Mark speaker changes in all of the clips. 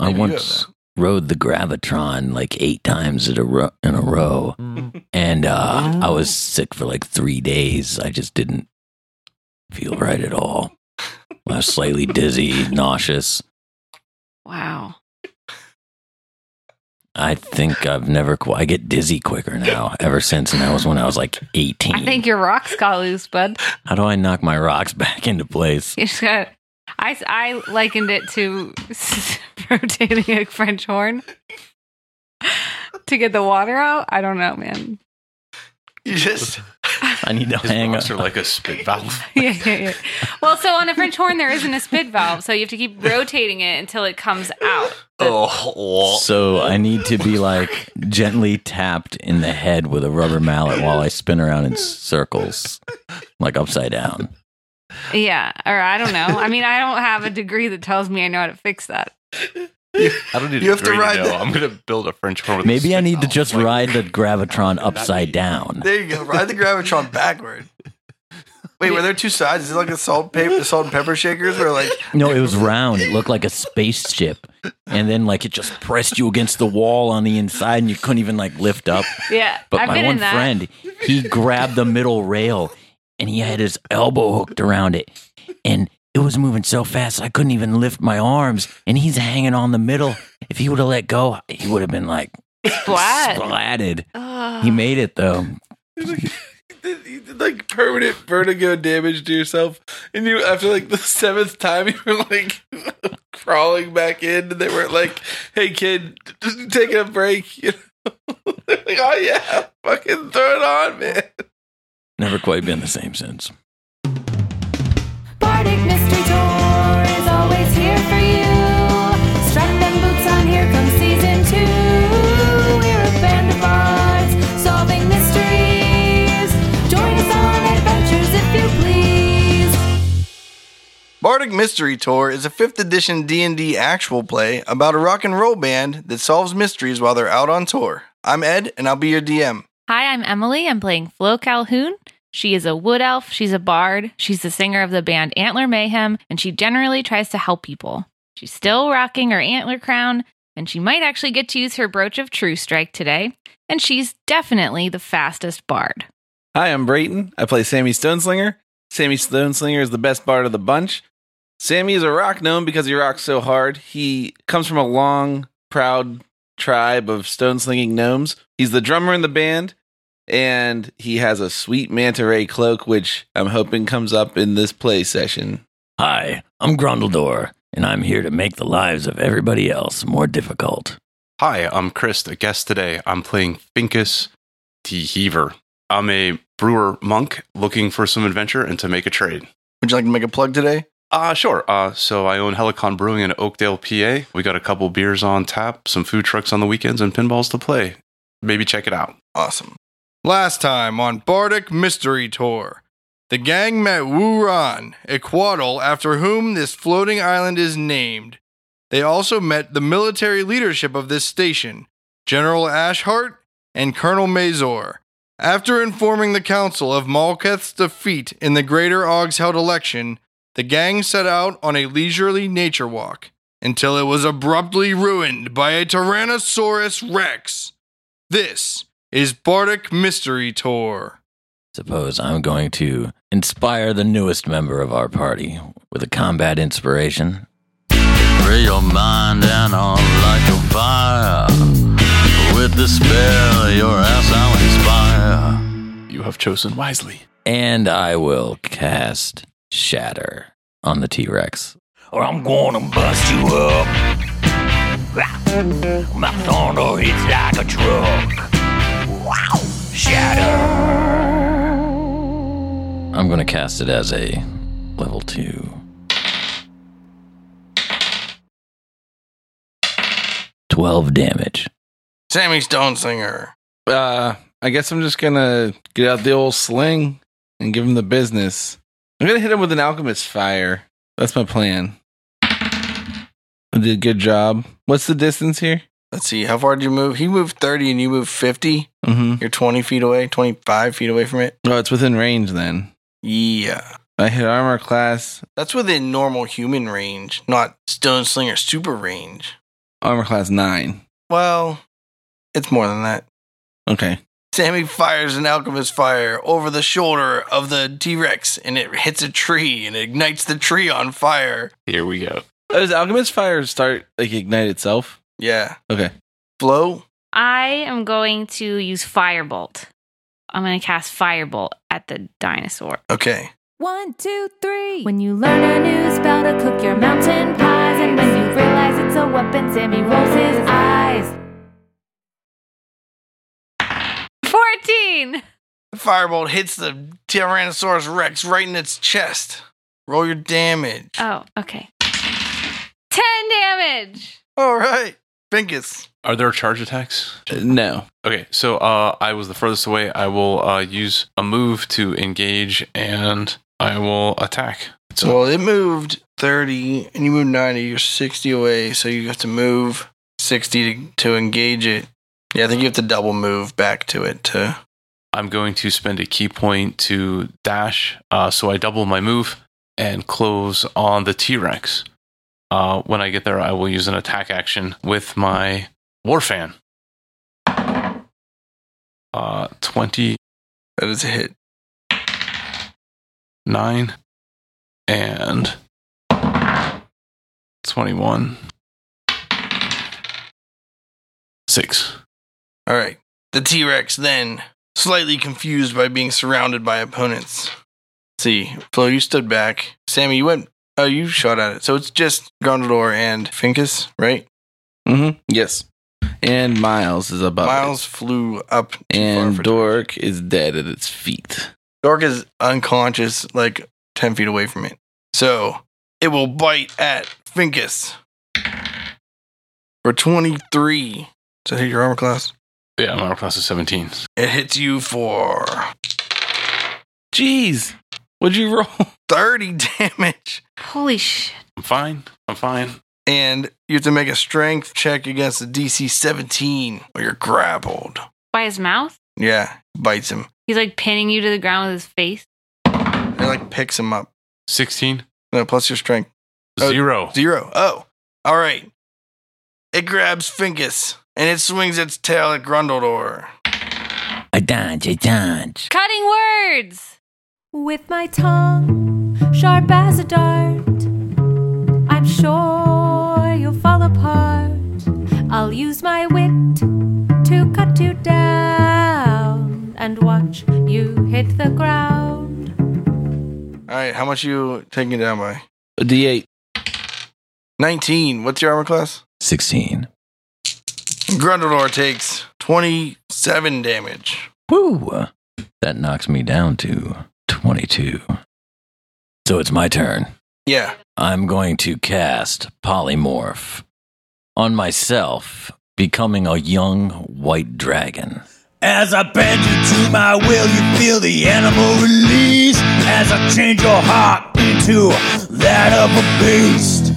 Speaker 1: I
Speaker 2: Maybe you
Speaker 1: once rode the Gravitron like eight times in a, ro- in a row, and uh, I was sick for like three days. I just didn't feel right at all. I was slightly dizzy, nauseous.
Speaker 3: Wow.
Speaker 1: I think I've never. Qu- I get dizzy quicker now. Ever since, and that was when I was like eighteen.
Speaker 3: I think your rocks got loose, bud.
Speaker 1: How do I knock my rocks back into place?
Speaker 3: You just got. I, I likened it to rotating a French horn to get the water out. I don't know, man.
Speaker 2: You just
Speaker 1: I need to
Speaker 2: his
Speaker 1: hang up.
Speaker 2: rocks are like a spit valve.
Speaker 3: yeah, yeah, yeah. Well, so on a French horn, there isn't a spit valve, so you have to keep rotating it until it comes out.
Speaker 2: oh,
Speaker 1: So I need to be like gently tapped in the head with a rubber mallet while I spin around in circles, like upside down.
Speaker 3: Yeah, or I don't know. I mean, I don't have a degree that tells me I know how to fix that.
Speaker 2: I don't need a
Speaker 4: You have to
Speaker 2: degree
Speaker 4: ride
Speaker 2: know.
Speaker 4: the-
Speaker 2: I'm gonna build a French horn. With a
Speaker 1: Maybe I
Speaker 2: spit
Speaker 1: need to
Speaker 2: valve.
Speaker 1: just
Speaker 2: Like,
Speaker 1: ride the Gravitron upside down.
Speaker 4: There you go. Ride the gravitron backward. Wait, were there two sides? Is it like a salt paper, salt and pepper shakers, or like
Speaker 1: No, it was round. It looked like a spaceship. And then like it just pressed you against the wall on the inside and you couldn't even like lift up.
Speaker 3: Yeah,
Speaker 1: But
Speaker 3: I've
Speaker 1: my
Speaker 3: been
Speaker 1: one
Speaker 3: in that.
Speaker 1: friend, he grabbed the middle rail and he had his elbow hooked around it. And it was moving so fast I couldn't even lift my arms. And he's hanging on the middle. If he would have let go, he would have been like
Speaker 3: Splat.
Speaker 1: splatted.
Speaker 3: Ugh.
Speaker 1: He made it though.
Speaker 5: You did like permanent vertigo damage to yourself, and you after like the seventh time you were like crawling back in, and they were like, "Hey kid, just take a break." You know? They're like, "Oh yeah, fucking throw it on, man."
Speaker 1: Never quite been the same since.
Speaker 6: Bardic Mystery Tour is always here for you. Strap them boots on, here comes season two. We're a band of bards solving mysteries. Join us on adventures if you please.
Speaker 4: Bardic Mystery Tour is a 5th edition D&D actual play about a rock and roll band that solves mysteries while they're out on tour. I'm Ed and I'll be your DM.
Speaker 3: Hi, I'm Emily. I'm playing Flo Calhoun. She is a wood elf, she's a bard, she's the singer of the band Antler Mayhem, and she generally tries to help people. She's still rocking her antler crown, and she might actually get to use her brooch of True Strike today, and she's definitely the fastest bard.
Speaker 5: Hi, I'm Brayton. I play Sammy Stoneslinger. Sammy Stoneslinger is the best bard of the bunch. Sammy is a rock gnome because he rocks so hard. He comes from a long, proud tribe of stoneslinging gnomes. He's the drummer in the band, and he has a sweet manta ray cloak, which I'm hoping comes up in this play session.
Speaker 1: Hi, I'm Grundledor, and I'm here to make the lives of everybody else more difficult.
Speaker 2: Hi, I'm Chris, a guest today. I'm playing Finkus the Heaver. I'm a brewer monk looking for some adventure and to make a trade.
Speaker 4: Would you like to make a plug today?
Speaker 2: Uh, sure. Uh, so I own Helicon Brewing in Oakdale, PA. We got a couple beers on tap, some food trucks on the weekends, and pinballs to play. Maybe check it out.
Speaker 4: Awesome. Last time on Bardic Mystery Tour, the gang met Wu Ran, a quaddle after whom this floating island is named. They also met the military leadership of this station, General Ashhart and Colonel Mazor. After informing the council of Malketh's defeat in the Greater Augs held election, the gang set out on a leisurely nature walk until it was abruptly ruined by a Tyrannosaurus Rex. This is Bardic Mystery Tour.
Speaker 1: Suppose I'm going to inspire the newest member of our party with a combat inspiration. Free your mind and on like a fire. With the spell, your ass I'll inspire.
Speaker 2: You have chosen wisely.
Speaker 1: And I will cast Shatter on the T Rex. Or I'm gonna bust you up. My thunder hits like a truck. Wow! Shatter! I'm gonna cast it as a level two. 12 damage.
Speaker 4: Sammy Stoneslinger.
Speaker 5: Uh, I guess I'm just gonna get out the old sling and give him the business. I'm gonna hit him with an alchemist fire. That's my plan. I did a good job. What's the distance here?
Speaker 4: Let's see, how far did you move? He moved 30 and you moved 50.
Speaker 5: Mm-hmm.
Speaker 4: You're 20 feet away, 25 feet away from it.
Speaker 5: Oh, it's within range then.
Speaker 4: Yeah.
Speaker 5: I hit armor class.
Speaker 4: That's within normal human range, not Stoneslinger super range.
Speaker 5: Armor class nine.
Speaker 4: Well, it's more than that.
Speaker 5: Okay.
Speaker 4: Sammy fires an alchemist fire over the shoulder of the T Rex and it hits a tree and ignites the tree on fire.
Speaker 2: Here we go.
Speaker 5: Uh, Does Alchemist Fire start like ignite itself?
Speaker 4: Yeah.
Speaker 5: Okay.
Speaker 4: Blow?
Speaker 3: I am going to use Firebolt. I'm going to cast Firebolt at the dinosaur.
Speaker 4: Okay.
Speaker 6: One, two, three. When you learn a new spell to cook your mountain pies, and when you realize it's a weapon, Sammy rolls his eyes.
Speaker 3: 14!
Speaker 4: The firebolt hits the Tyrannosaurus Rex right in its chest. Roll your damage.
Speaker 3: Oh, okay. 10 damage!
Speaker 4: All right. Finkus.
Speaker 2: Are there charge attacks?
Speaker 5: Uh, no.
Speaker 2: Okay, so uh, I was the furthest away. I will uh, use a move to engage, and I will attack. So
Speaker 4: well, it moved 30 and you moved 90. You're 60 away, so you have to move 60 to, to engage it. Yeah, I think you have to double move back to it to.
Speaker 2: I'm going to spend a key point to dash, uh, so I double my move and close on the T Rex. Uh, when I get there, I will use an attack action with my Warfan. Uh, 29
Speaker 4: That is a hit.
Speaker 2: and 21. Six.
Speaker 4: All right. The T Rex then, slightly confused by being surrounded by opponents. see, Flo, you stood back. Sammy, you went. Oh, you shot at it. So it's just Gondor and Finkus, right?
Speaker 5: Mm-hmm. Yes. And Miles is above.
Speaker 4: Miles flew up. too
Speaker 5: It.
Speaker 4: far for-
Speaker 5: And Dork is dead at its feet.
Speaker 4: Dork is unconscious, like 10 feet away from it. So it will bite at Finkus for 23. Does that hit your armor class?
Speaker 2: Yeah, my armor class is 17.
Speaker 4: It hits you for
Speaker 5: Jeez. What'd you roll?
Speaker 4: 30 damage.
Speaker 3: Holy shit.
Speaker 2: I'm fine. I'm fine.
Speaker 4: and you have to make a strength check against the DC 17 or you're grappled.
Speaker 3: By his mouth?
Speaker 4: Yeah, bites him.
Speaker 3: He's like pinning you to the ground with his face.
Speaker 4: It like picks him up.
Speaker 2: 16.
Speaker 4: No, plus your strength. Oh.
Speaker 2: Zero.
Speaker 4: Zero. Oh, all right. It grabs Finkus and it swings its tail at Grundledor.
Speaker 1: I dodge, I dodge.
Speaker 3: Cutting words!
Speaker 6: With my tongue sharp as a dart, I'm sure you'll fall apart. I'll use my wit to cut you down and watch you hit the ground.
Speaker 4: All right, how much you taking down by?
Speaker 5: A D8.
Speaker 4: 19. What's your armor class?
Speaker 1: 16.
Speaker 4: Grundledor takes 27 damage.
Speaker 1: Woo! That knocks me down to 22. So it's my turn.
Speaker 4: Yeah.
Speaker 1: I'm going to cast Polymorph on myself, becoming a young white dragon.
Speaker 7: As I bend you to my will, you feel the animal release. As I change your heart into that of a beast.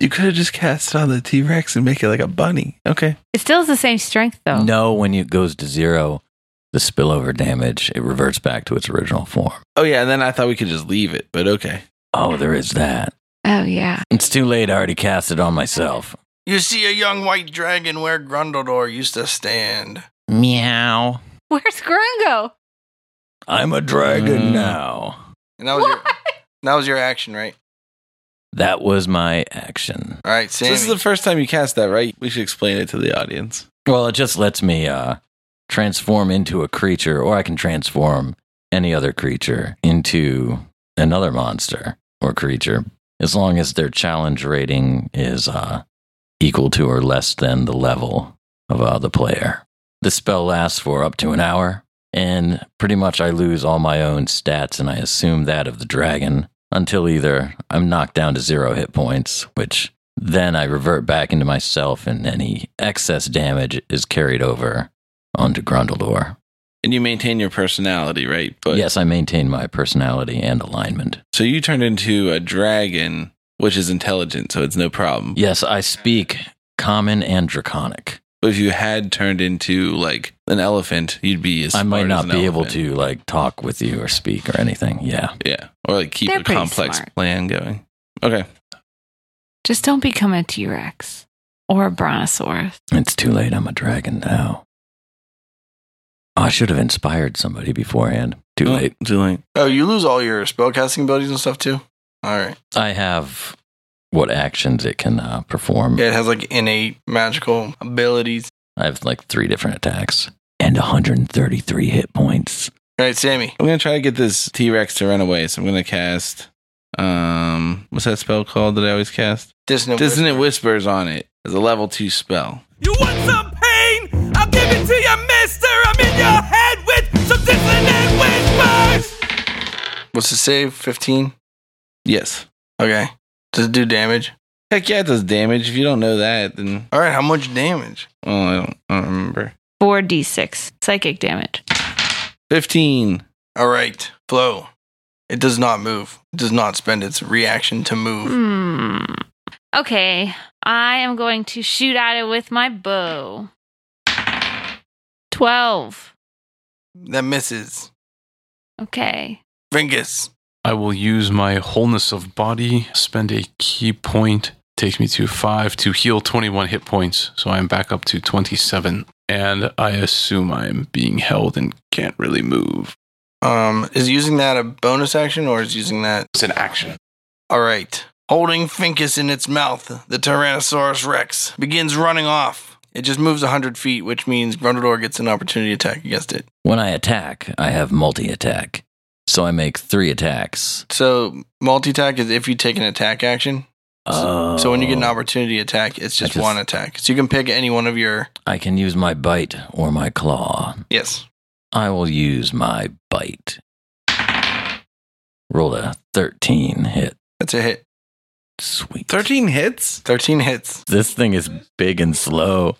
Speaker 5: You could have just cast it on the T Rex and make it like a bunny. Okay.
Speaker 3: It still has the same strength, though.
Speaker 1: No, when it goes to zero, the spillover damage, it reverts back to its original form.
Speaker 5: Oh, yeah. And then I thought we could just leave it, but okay.
Speaker 1: Oh, there is that.
Speaker 3: Oh, yeah.
Speaker 1: It's too late. I already cast it on myself.
Speaker 4: You see a young white dragon where Grundledor used to stand.
Speaker 1: Meow.
Speaker 3: Where's Grungo?
Speaker 1: I'm a dragon
Speaker 5: Mm.
Speaker 1: now.
Speaker 4: And that was your that was your action, right?
Speaker 1: That was my action.
Speaker 4: All right,
Speaker 5: So
Speaker 4: Sammy.
Speaker 5: this is the first time you cast that, right? We should explain it to the audience.
Speaker 1: Well, it just lets me uh, transform into a creature, or I can transform any other creature into another monster or creature, as long as their challenge rating is uh, equal to or less than the level of uh, the player. The spell lasts for up to an hour, and pretty much I lose all my own stats and I assume that of the dragon until either I'm knocked down to zero hit points, which then I revert back into myself and any excess damage is carried over onto Grundledor.
Speaker 5: And you maintain your personality, right?
Speaker 1: yes, I maintain my personality and alignment.
Speaker 5: So you turned into a dragon, which is intelligent, so it's no problem.
Speaker 1: Yes, I speak common and draconic.
Speaker 5: But if you had turned into like an elephant, you'd be. As
Speaker 1: I might
Speaker 5: smart as
Speaker 1: not
Speaker 5: an
Speaker 1: be able
Speaker 5: elephant.
Speaker 1: to like talk with you or speak or anything. Yeah.
Speaker 5: Yeah, or like keep
Speaker 3: They're
Speaker 5: a
Speaker 3: pretty
Speaker 5: complex
Speaker 3: smart.
Speaker 5: plan going. Okay,
Speaker 3: Just don't become a T Rex. or a brontosaurus.
Speaker 1: It's too late. I'm a dragon now. Oh, I should have inspired somebody beforehand. Too
Speaker 5: Hmm.
Speaker 2: Oh,
Speaker 1: late.
Speaker 2: Too late.
Speaker 4: Oh, you lose all your spellcasting abilities and stuff too. All right.
Speaker 1: I have what actions it can uh, perform.
Speaker 4: Yeah, it has like innate magical abilities.
Speaker 1: I have like three different attacks and 133 hit points.
Speaker 4: All right, Sammy.
Speaker 5: I'm gonna try to get this T Rex to run away, so I'm gonna cast um what's that spell called that I always cast?
Speaker 4: Dissonant.
Speaker 5: Dissonant Whispers on it. It's a level two spell.
Speaker 8: You want some pain? I'll give it to you, mister. I'm in your head with some dissonant whispers.
Speaker 4: Whisper. What's the save? Fifteen.
Speaker 5: Yes.
Speaker 4: Okay. Does it do damage?
Speaker 5: Heck yeah, it does damage. If you don't know that, then
Speaker 4: All right. How much damage?
Speaker 5: well, I don't, I don't remember.
Speaker 3: 4d6 psychic damage.
Speaker 5: Fifteen.
Speaker 4: All right. Flow. It does not move. It does not spend its reaction to move.
Speaker 3: Hmm. Okay, I am going to shoot at it with my bow. 12.
Speaker 4: That misses.
Speaker 3: Okay.
Speaker 4: Ringus.
Speaker 2: I will use my wholeness of body, spend a key point, takes me to five to heal 21 hit points. So I'm back up to 27. And I assume I'm being held and can't really move.
Speaker 4: Um, is using that a bonus action or is using that?
Speaker 2: It's an action.
Speaker 4: All right. Holding Finkus in its mouth, the Tyrannosaurus Rex begins running off. It just moves 100 feet, which means Grundledor gets an opportunity attack against it.
Speaker 1: When I attack, I have multi attack. So I make three attacks.
Speaker 4: So, multi attack is if you take an attack action.
Speaker 1: Oh,
Speaker 4: So, when you get an opportunity attack, it's just,
Speaker 1: just-
Speaker 4: one attack. So, you can pick any one of your.
Speaker 1: I can use my bite or my claw.
Speaker 4: Yes.
Speaker 1: I will use my bite. Roll a 13 hit.
Speaker 4: That's a hit.
Speaker 1: Sweet.
Speaker 5: Thirteen hits?
Speaker 4: 13 hits.
Speaker 1: This thing is big and slow.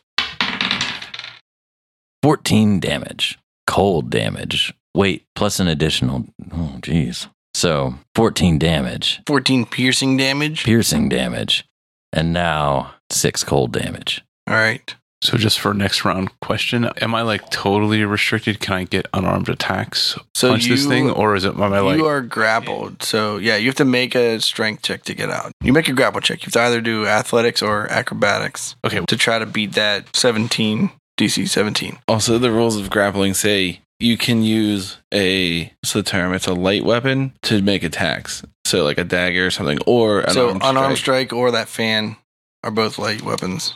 Speaker 1: 14 damage. Cold damage. Wait, plus an additional. Oh, jeez. So 14 damage,
Speaker 4: 14 piercing damage.
Speaker 1: piercing damage, and now six cold damage.
Speaker 4: All right.
Speaker 2: So just for next round question, am I like totally restricted? Can I get unarmed attacks?
Speaker 4: So
Speaker 2: punch this
Speaker 4: you-
Speaker 2: thing, or is it am I like
Speaker 4: you are grappled. So, yeah, you have to make a strength check to get out. You make a grapple check. You have to either do athletics or acrobatics.
Speaker 2: okay?
Speaker 4: to try to beat that 17 DC 17.
Speaker 5: Also, the rules of grappling say you can use a what's the term? It's a light weapon to make attacks. So like a dagger or something, or an
Speaker 4: so
Speaker 5: armed
Speaker 4: unarmed
Speaker 5: strike.
Speaker 4: strike. or that fan are both light weapons.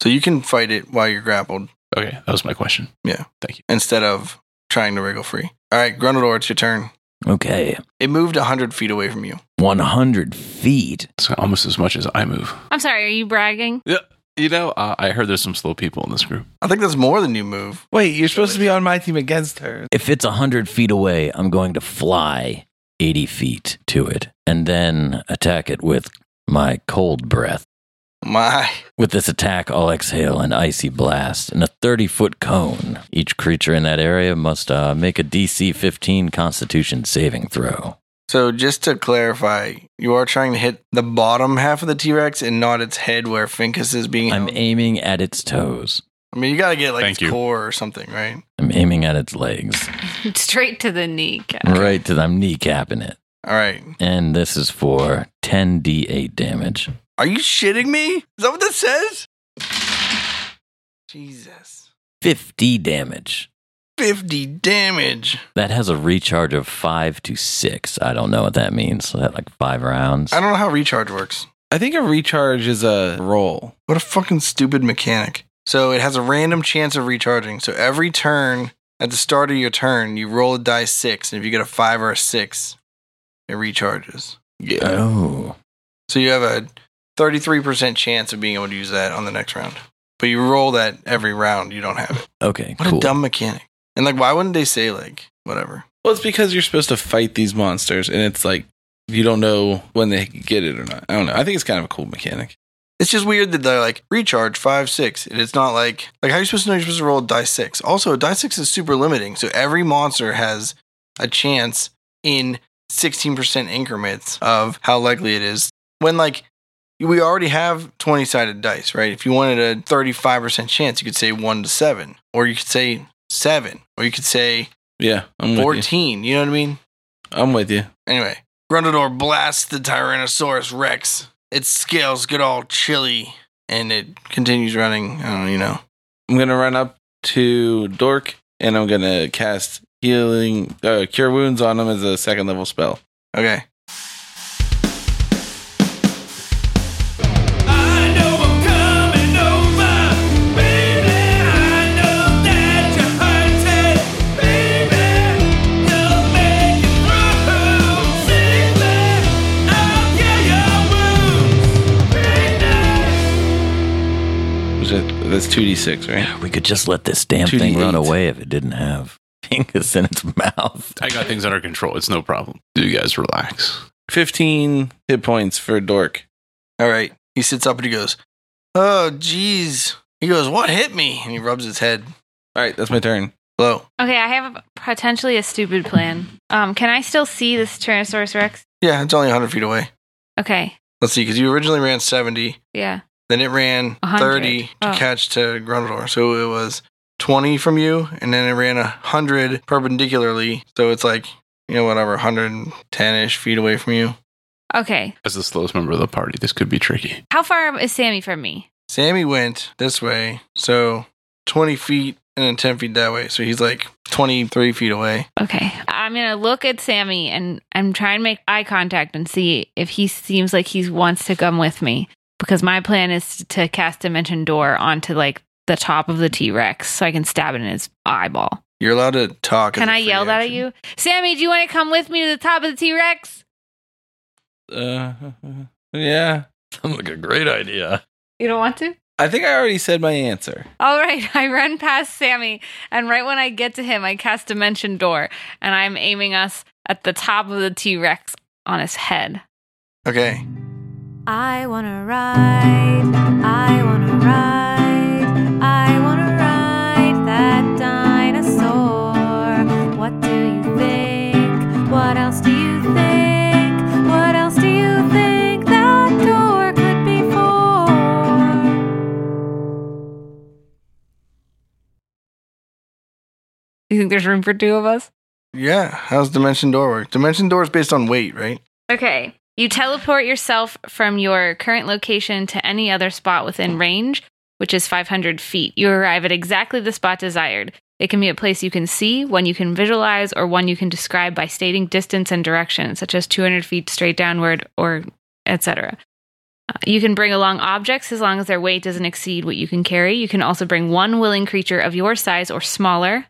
Speaker 4: So you can fight it while you're grappled
Speaker 2: Okay, that was my question.
Speaker 4: instead of trying to wriggle free. All right, Grundledor, it's your turn.
Speaker 1: Okay.
Speaker 4: It moved 100 feet away from you.
Speaker 1: 100 feet.
Speaker 2: It's almost as much as I move.
Speaker 3: I'm sorry, are you bragging?
Speaker 2: You know, uh, I heard there's some slow people in this group.
Speaker 4: I think that's more than you move.
Speaker 5: Wait, you're supposed to be on my team against her.
Speaker 1: If it's 100 feet away, I'm going to fly 80 feet to it and then attack it with my cold breath.
Speaker 4: My.
Speaker 1: With this attack, I'll exhale an icy blast in a 30 foot cone. Each creature in that area must uh, make a DC 15 Constitution saving throw.
Speaker 4: So just to clarify, you are trying to hit the bottom half of the T Rex and not its head where Finkus is being.
Speaker 1: I'm
Speaker 4: held.
Speaker 1: aiming at its toes,
Speaker 4: I mean, you got to get like
Speaker 2: Thank
Speaker 4: its
Speaker 2: you.
Speaker 4: core or something, right?
Speaker 1: I'm aiming at its legs,
Speaker 3: Straight to the kneecap.
Speaker 1: right to I'm kneecapping it.
Speaker 4: All right.
Speaker 1: And this is for 10d8 damage.
Speaker 4: Are you shitting me? Is that what that says? Jesus.
Speaker 1: 50 damage.
Speaker 4: 50 damage.
Speaker 1: That has a recharge of five to six. I don't know what that means. So that like five rounds.
Speaker 4: I don't know how recharge works.
Speaker 5: I think a recharge is a roll.
Speaker 4: What a fucking stupid mechanic. So it has a random chance of recharging. So every turn, at the start of your turn, you roll a die six, and if you get a five or a six, it recharges.
Speaker 5: Yeah.
Speaker 1: Oh,
Speaker 4: So you have a 33% chance of being able to use that on the next round. But you roll that every round, you don't have it.
Speaker 1: okay.
Speaker 4: What
Speaker 1: cool.
Speaker 4: a dumb mechanic. And like, why wouldn't they say, like, whatever?
Speaker 5: Well, it's because you're supposed to fight these monsters, and it's like you don't know when they get it or not. I don't know. I think it's kind of a cool mechanic.
Speaker 4: It's just weird that they're like recharge five six, and it's not like like how are you supposed to know you're supposed to roll a die six? Also, die six is super limiting, so every monster has a chance in sixteen percent increments of how likely it is. When like we already have twenty sided dice, right? If you wanted a thirty five percent chance, you could say one to seven, or you could say seven, or you could say
Speaker 5: Yeah, I'm with you.
Speaker 4: fourteen. You know what I mean?
Speaker 5: I'm with you.
Speaker 4: Anyway, Grundador blasts the Tyrannosaurus Rex. Its scales get all chilly and it continues running. I don't, you know.
Speaker 5: I'm gonna run up to Dork and I'm gonna cast healing uh, cure wounds on him as a second level spell.
Speaker 4: Okay.
Speaker 8: I know I'm coming over, baby. I know that you're hurting, baby. You'll make it through safely. I'll cure your wounds, baby.
Speaker 5: Which is, that's two d six, right?
Speaker 1: We could just let this damn
Speaker 5: 2D8.
Speaker 1: thing run away if it didn't have Pingus in its mouth.
Speaker 2: I got things under control. It's no problem. You guys relax.
Speaker 5: Fifteen hit points for Dork.
Speaker 4: All right. He sits up and he goes, "Oh, jeez." He goes, "What hit me?" And he rubs his head.
Speaker 5: All right, that's my turn.
Speaker 4: Low.
Speaker 3: Okay, I have a, potentially a stupid plan. Um, can I still see this Tyrannosaurus Rex?
Speaker 4: Yeah, it's only 100 feet away.
Speaker 3: Okay,
Speaker 4: Let's see, because you originally ran 70,
Speaker 3: yeah.
Speaker 4: then it ran
Speaker 3: 100.
Speaker 4: 30 to
Speaker 3: Oh.
Speaker 4: catch to Grundor. So it was 20 from you, and then it ran 100 perpendicularly. So it's like, you know, whatever, 110 ish feet away from you.
Speaker 3: Okay,
Speaker 2: As the slowest member of the party, this could be tricky.
Speaker 3: how far is Sammy from me?
Speaker 4: Sammy went this way. So 20 feet and then 10 feet that way. So he's like 23 feet away.
Speaker 3: Okay, I'm gonna look at Sammy and I'm trying to make eye contact and see if he seems like he wants to come with me because my plan is to cast Dimension Door onto like the top of the T Rex so I can stab it in his eyeball.
Speaker 4: You're allowed to talk. as
Speaker 3: Can
Speaker 4: a
Speaker 3: I
Speaker 4: free
Speaker 3: yell that at
Speaker 4: action.
Speaker 3: you, Sammy? Do you want to come with me to the top of the T Rex?
Speaker 5: Uh, yeah.
Speaker 1: Sounds like a great idea.
Speaker 3: You don't want to?
Speaker 5: I think I already said my answer.
Speaker 3: All right, I run past Sammy, and right when I get to him, I cast Dimension Door, and I'm aiming us at the top of the T Rex on his head.
Speaker 4: Okay.
Speaker 6: I wanna ride, I wanna ride, I wanna ride that dinosaur. What do you think? What else do you think? What else do you think that door could be for?
Speaker 3: You think there's room for two of us?
Speaker 4: Yeah. How's Dimension Door work? Dimension Door is based on weight, right?
Speaker 3: Okay. You teleport yourself from your current location to any other spot within range, which is 500 feet. You arrive at exactly the spot desired. It can be a place you can see, one you can visualize, or one you can describe by stating distance and direction, such as 200 feet straight downward or etc. Uh, You can bring along objects as long as their weight doesn't exceed what you can carry. You can also bring one willing creature of your size or smaller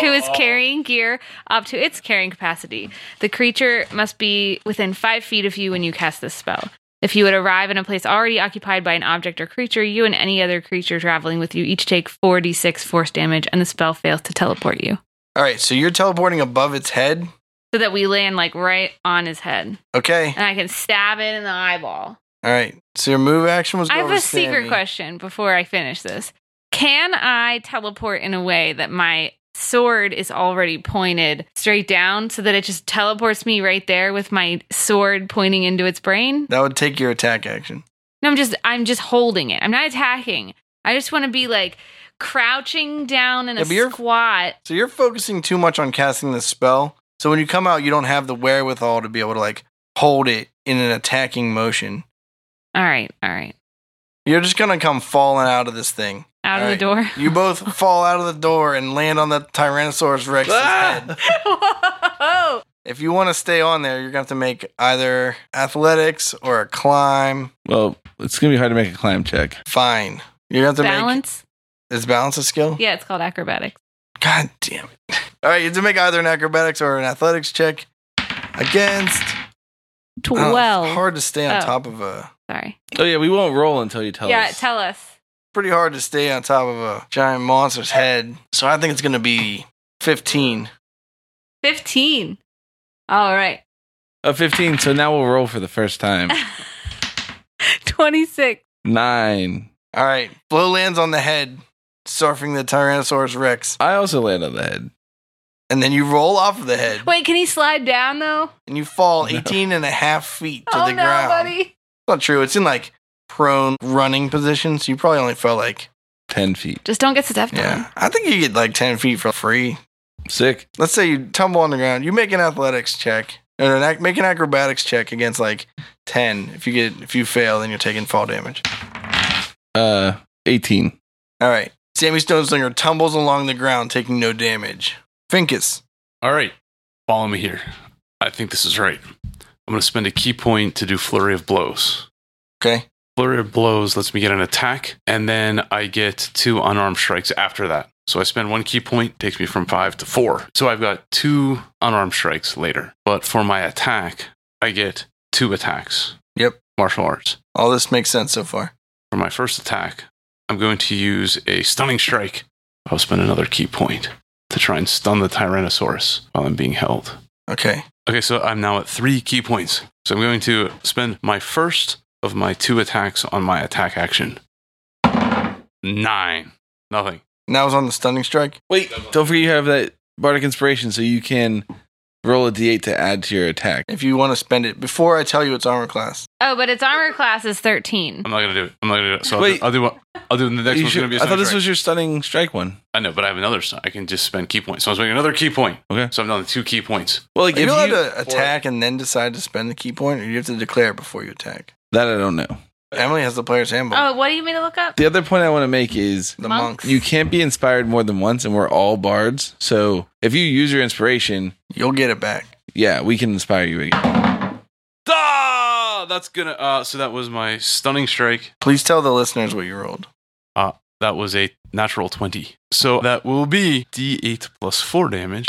Speaker 3: who is carrying gear up to its carrying capacity. The creature must be within five feet of you when you cast this spell. If you would arrive in a place already occupied by an object or creature, you and any other creature traveling with you each take 4d6 force damage, and the spell fails to teleport you.
Speaker 4: All right. So you're teleporting above its head.
Speaker 3: So that we land like right on his head,
Speaker 4: Okay.
Speaker 3: and I can stab it in the eyeball.
Speaker 4: All right. So your move action was.
Speaker 3: I
Speaker 4: go
Speaker 3: have
Speaker 4: over
Speaker 3: a secret
Speaker 4: Sammy.
Speaker 3: question before I finish this. Can I teleport in a way that my sword is already pointed straight down so that it just teleports me right there with my sword pointing into its brain?
Speaker 4: That would take your attack action.
Speaker 3: No, I'm just I'm just holding it. I'm not attacking. I just want to be like crouching down in
Speaker 4: Yeah,
Speaker 3: a
Speaker 4: but you're-
Speaker 3: squat.
Speaker 4: So you're focusing too much on casting this spell. So when you come out, you don't have the wherewithal to be able to like hold it in an attacking motion.
Speaker 3: All right, all right.
Speaker 4: You're just gonna come falling out of this thing.
Speaker 3: Out of the
Speaker 4: All
Speaker 3: door.
Speaker 4: You both fall out of the door and land on the Tyrannosaurus Rex's head.
Speaker 3: Whoa.
Speaker 4: If you want to stay on there, you're gonna have to make either athletics or a climb.
Speaker 5: Well, it's gonna be hard to make a climb check.
Speaker 4: Fine. You're gonna have to
Speaker 3: Balance?
Speaker 4: make is balance a skill?
Speaker 3: Yeah, it's called acrobatics.
Speaker 4: Oh, God damn it. All right, you have to make either an acrobatics or an athletics check against. I don't know,
Speaker 3: Twelve.
Speaker 4: It's hard to stay on
Speaker 3: Oh.
Speaker 4: top of a.
Speaker 3: Sorry.
Speaker 5: Oh yeah, we won't roll until you tell
Speaker 3: yeah,
Speaker 5: us.
Speaker 3: tell us.
Speaker 4: Pretty hard to stay on top of a giant monster's head. So I think it's going to be 15.
Speaker 3: 15. All right.
Speaker 5: A fifteen. So now we'll roll for the first time.
Speaker 3: 26.
Speaker 5: Nine.
Speaker 4: All right, blow lands on the head, surfing the Tyrannosaurus Rex.
Speaker 5: I also land on the head.
Speaker 4: And then you roll off of the head
Speaker 3: Wait, can he slide down though?
Speaker 4: and you fall
Speaker 5: No.
Speaker 4: 18 and a half feet to
Speaker 3: oh
Speaker 4: the
Speaker 3: no,
Speaker 4: ground.
Speaker 3: buddy.
Speaker 4: Not true. It's in like prone running position. So you probably only fell like,
Speaker 5: Ten feet.
Speaker 3: Just don't get stepped
Speaker 4: yeah. I think you get like 10 feet for free.
Speaker 5: Sick.
Speaker 4: let's say you tumble on the ground, you make an athletics check or an ac- make an acrobatics check against like ten. If you get if you fail, then you're taking fall damage.
Speaker 5: Uh, 18.
Speaker 4: All right. Sammy Stoneslinger tumbles along the ground, taking no damage. Finkus.
Speaker 2: All right, follow me here. I think this is right. I'm going to spend a key point to do flurry of blows.
Speaker 4: Okay.
Speaker 2: Flurry of blows lets me get an attack, and then I get two unarmed strikes after that. So I spend one key point, takes me from five to four. So I've got two unarmed strikes later. But for my attack, I get two attacks.
Speaker 4: Yep.
Speaker 2: Martial arts.
Speaker 4: All this makes sense so far.
Speaker 2: For my first attack, I'm going to use a stunning strike. I'll spend another key point to try and stun the Tyrannosaurus while I'm being held.
Speaker 4: Okay.
Speaker 2: Okay, so I'm now at three key points. So I'm going to spend my first of my two attacks on my attack action. Nine. Nothing.
Speaker 4: Now was on the stunning strike.
Speaker 5: Wait, don't forget you have that bardic inspiration, so you can roll a d8 to add to your attack.
Speaker 4: If you want to spend it before I tell you it's armor class.
Speaker 3: Oh, but its armor class is 13.
Speaker 2: I'm not gonna do it. I'm not gonna do it. So
Speaker 5: Wait.
Speaker 2: I'll, do, I'll do one. I'll do the next
Speaker 5: You
Speaker 2: one's
Speaker 5: should-
Speaker 2: gonna be. a
Speaker 5: I thought this
Speaker 2: strike.
Speaker 5: was your stunning strike one.
Speaker 2: I know, but I have another. st- I can just spend key points. So I'm spending another key point.
Speaker 5: Okay.
Speaker 2: So I'm down to two key points.
Speaker 5: Well, like
Speaker 4: Are
Speaker 5: if
Speaker 4: you allowed
Speaker 5: you,
Speaker 4: to attack and then decide to spend the key point, or you have to declare before you attack?
Speaker 5: that I don't know.
Speaker 4: Emily has the player's handbook.
Speaker 3: Oh, what do you mean to look up?
Speaker 5: The other point I want to make is
Speaker 4: the
Speaker 3: Monks.
Speaker 4: monks.
Speaker 5: you can't be inspired more than once, and we're all bards. So if you use your inspiration,
Speaker 4: You'll get it back.
Speaker 5: yeah, we can inspire you again.
Speaker 2: Ah, that's gonna. Uh, so that was my stunning strike.
Speaker 4: Please tell the listeners what you rolled.
Speaker 2: That was a natural 20. So that will be D8 plus 4 damage.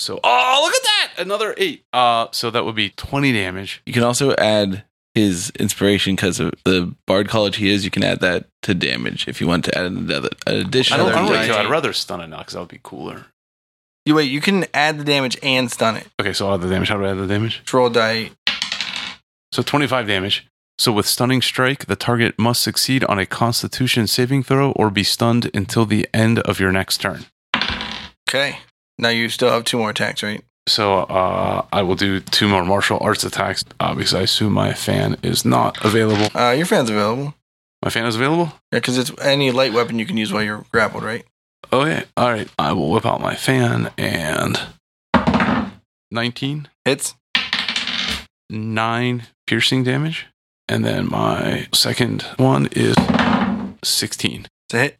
Speaker 2: So, oh, look at that! Another 8. Uh, so that would be 20 damage.
Speaker 5: You can also add his inspiration because of the bard college he is. You can add that to damage if you want to add another an
Speaker 2: I
Speaker 5: additional.
Speaker 2: don't, I don't really
Speaker 5: die.
Speaker 2: care. I'd rather stun it now because that would be cooler.
Speaker 4: You wait. You can add the damage and stun it.
Speaker 2: Okay, so I'll add the damage. How do I add the damage?
Speaker 4: Just Roll die eight.
Speaker 2: So 25 damage. So with stunning strike, the target must succeed on a constitution saving throw or be stunned until the end of your next turn.
Speaker 4: Okay. Now you still have two more attacks, right?
Speaker 2: So uh, I will do two more martial arts attacks uh, because I assume my fan is not available.
Speaker 4: Uh, your fan's available.
Speaker 2: My fan is available?
Speaker 4: Yeah, because it's any light weapon you can use while you're grappled, right?
Speaker 2: Okay. All right. I will whip out my fan and 19,
Speaker 4: Hits.
Speaker 2: 9 piercing damage. And then my second one is 16
Speaker 4: It's a hit.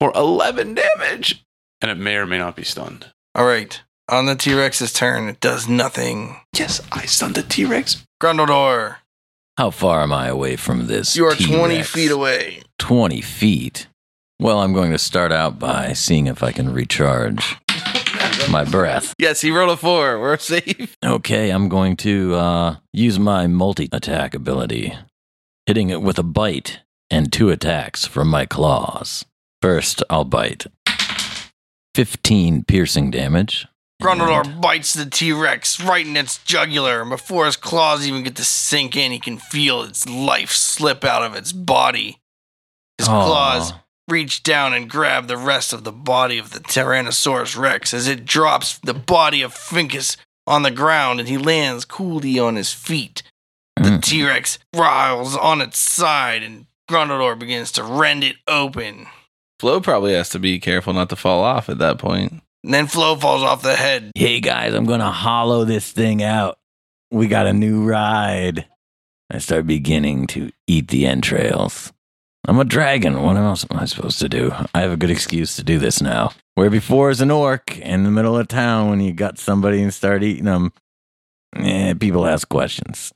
Speaker 2: for 11 damage. And it may or may not be stunned.
Speaker 4: All right. On the T Rex's turn, it does nothing.
Speaker 2: Yes, I stunned the T Rex.
Speaker 4: Grundledor,
Speaker 1: How far am I away from this?
Speaker 4: you are
Speaker 1: T-Rex?
Speaker 4: 20 feet away.
Speaker 1: 20 feet. Well, I'm going to start out by seeing if I can recharge my breath.
Speaker 5: Yes, he rolled a four. We're safe.
Speaker 1: Okay, I'm going to uh, use my multi attack ability, hitting it with a bite and two attacks from my claws. First, I'll bite 15 piercing damage.
Speaker 4: Grundledor bites the T Rex right in its jugular, and before his claws even get to sink in, he can feel its life slip out of its body. His
Speaker 1: Aw.
Speaker 4: claws reach down and grab the rest of the body of the Tyrannosaurus Rex as it drops the body of Finkus on the ground and he lands coolly on his feet. The
Speaker 1: Mm.
Speaker 4: T Rex riles on its side and Grundledor begins to rend it open.
Speaker 5: Flo probably has to be careful not to fall off at that point.
Speaker 4: And then Flo falls off the head.
Speaker 1: Hey guys, I'm going to hollow this thing out. We got a new ride. I start beginning to eat the entrails. I'm a dragon. What else am I supposed to do? I have a good excuse to do this now. Where before is an orc in the middle of town when you gut somebody and start eating them, eh, people ask questions.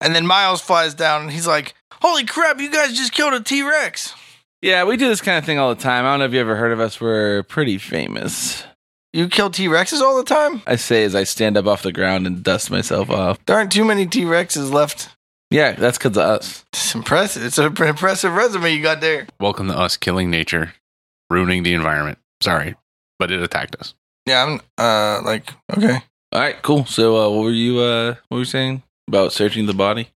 Speaker 4: And then Miles flies down and he's like, Holy crap, you guys just killed a T Rex.
Speaker 5: Yeah, we do this kind of thing all the time. I don't know if you ever heard of us. We're pretty famous.
Speaker 4: You kill T Rexes all the time?
Speaker 5: I say as I stand up off the ground and dust myself off.
Speaker 4: There aren't too many T Rexes left.
Speaker 5: Yeah, that's because of us.
Speaker 4: It's impressive. It's an impressive resume you got there.
Speaker 2: Welcome to us killing nature, ruining the environment. Sorry, but it attacked us.
Speaker 4: Yeah, I'm uh like okay.
Speaker 5: All right, cool. So, uh, what were you? Uh, what were you saying about searching the body?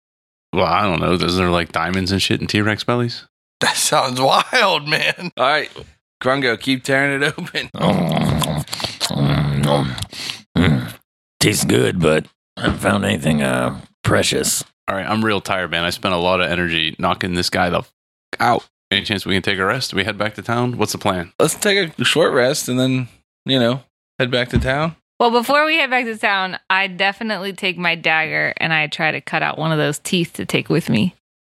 Speaker 2: Well, I don't know. Isn't there like diamonds and shit in T Rex bellies?
Speaker 4: That sounds wild, man.
Speaker 5: All right, Grungo, keep tearing it open.
Speaker 1: Mm. Tastes good, but I haven't found anything uh, precious.
Speaker 2: All right, I'm real tired, man. I spent a lot of energy knocking this guy the f- out. Any chance we can take a rest? We head back to town. What's the plan?
Speaker 5: Let's take a short rest and then you know head back to town.
Speaker 3: Well, before we head back to town, I definitely take my dagger and I try to cut out one of those teeth to take with me.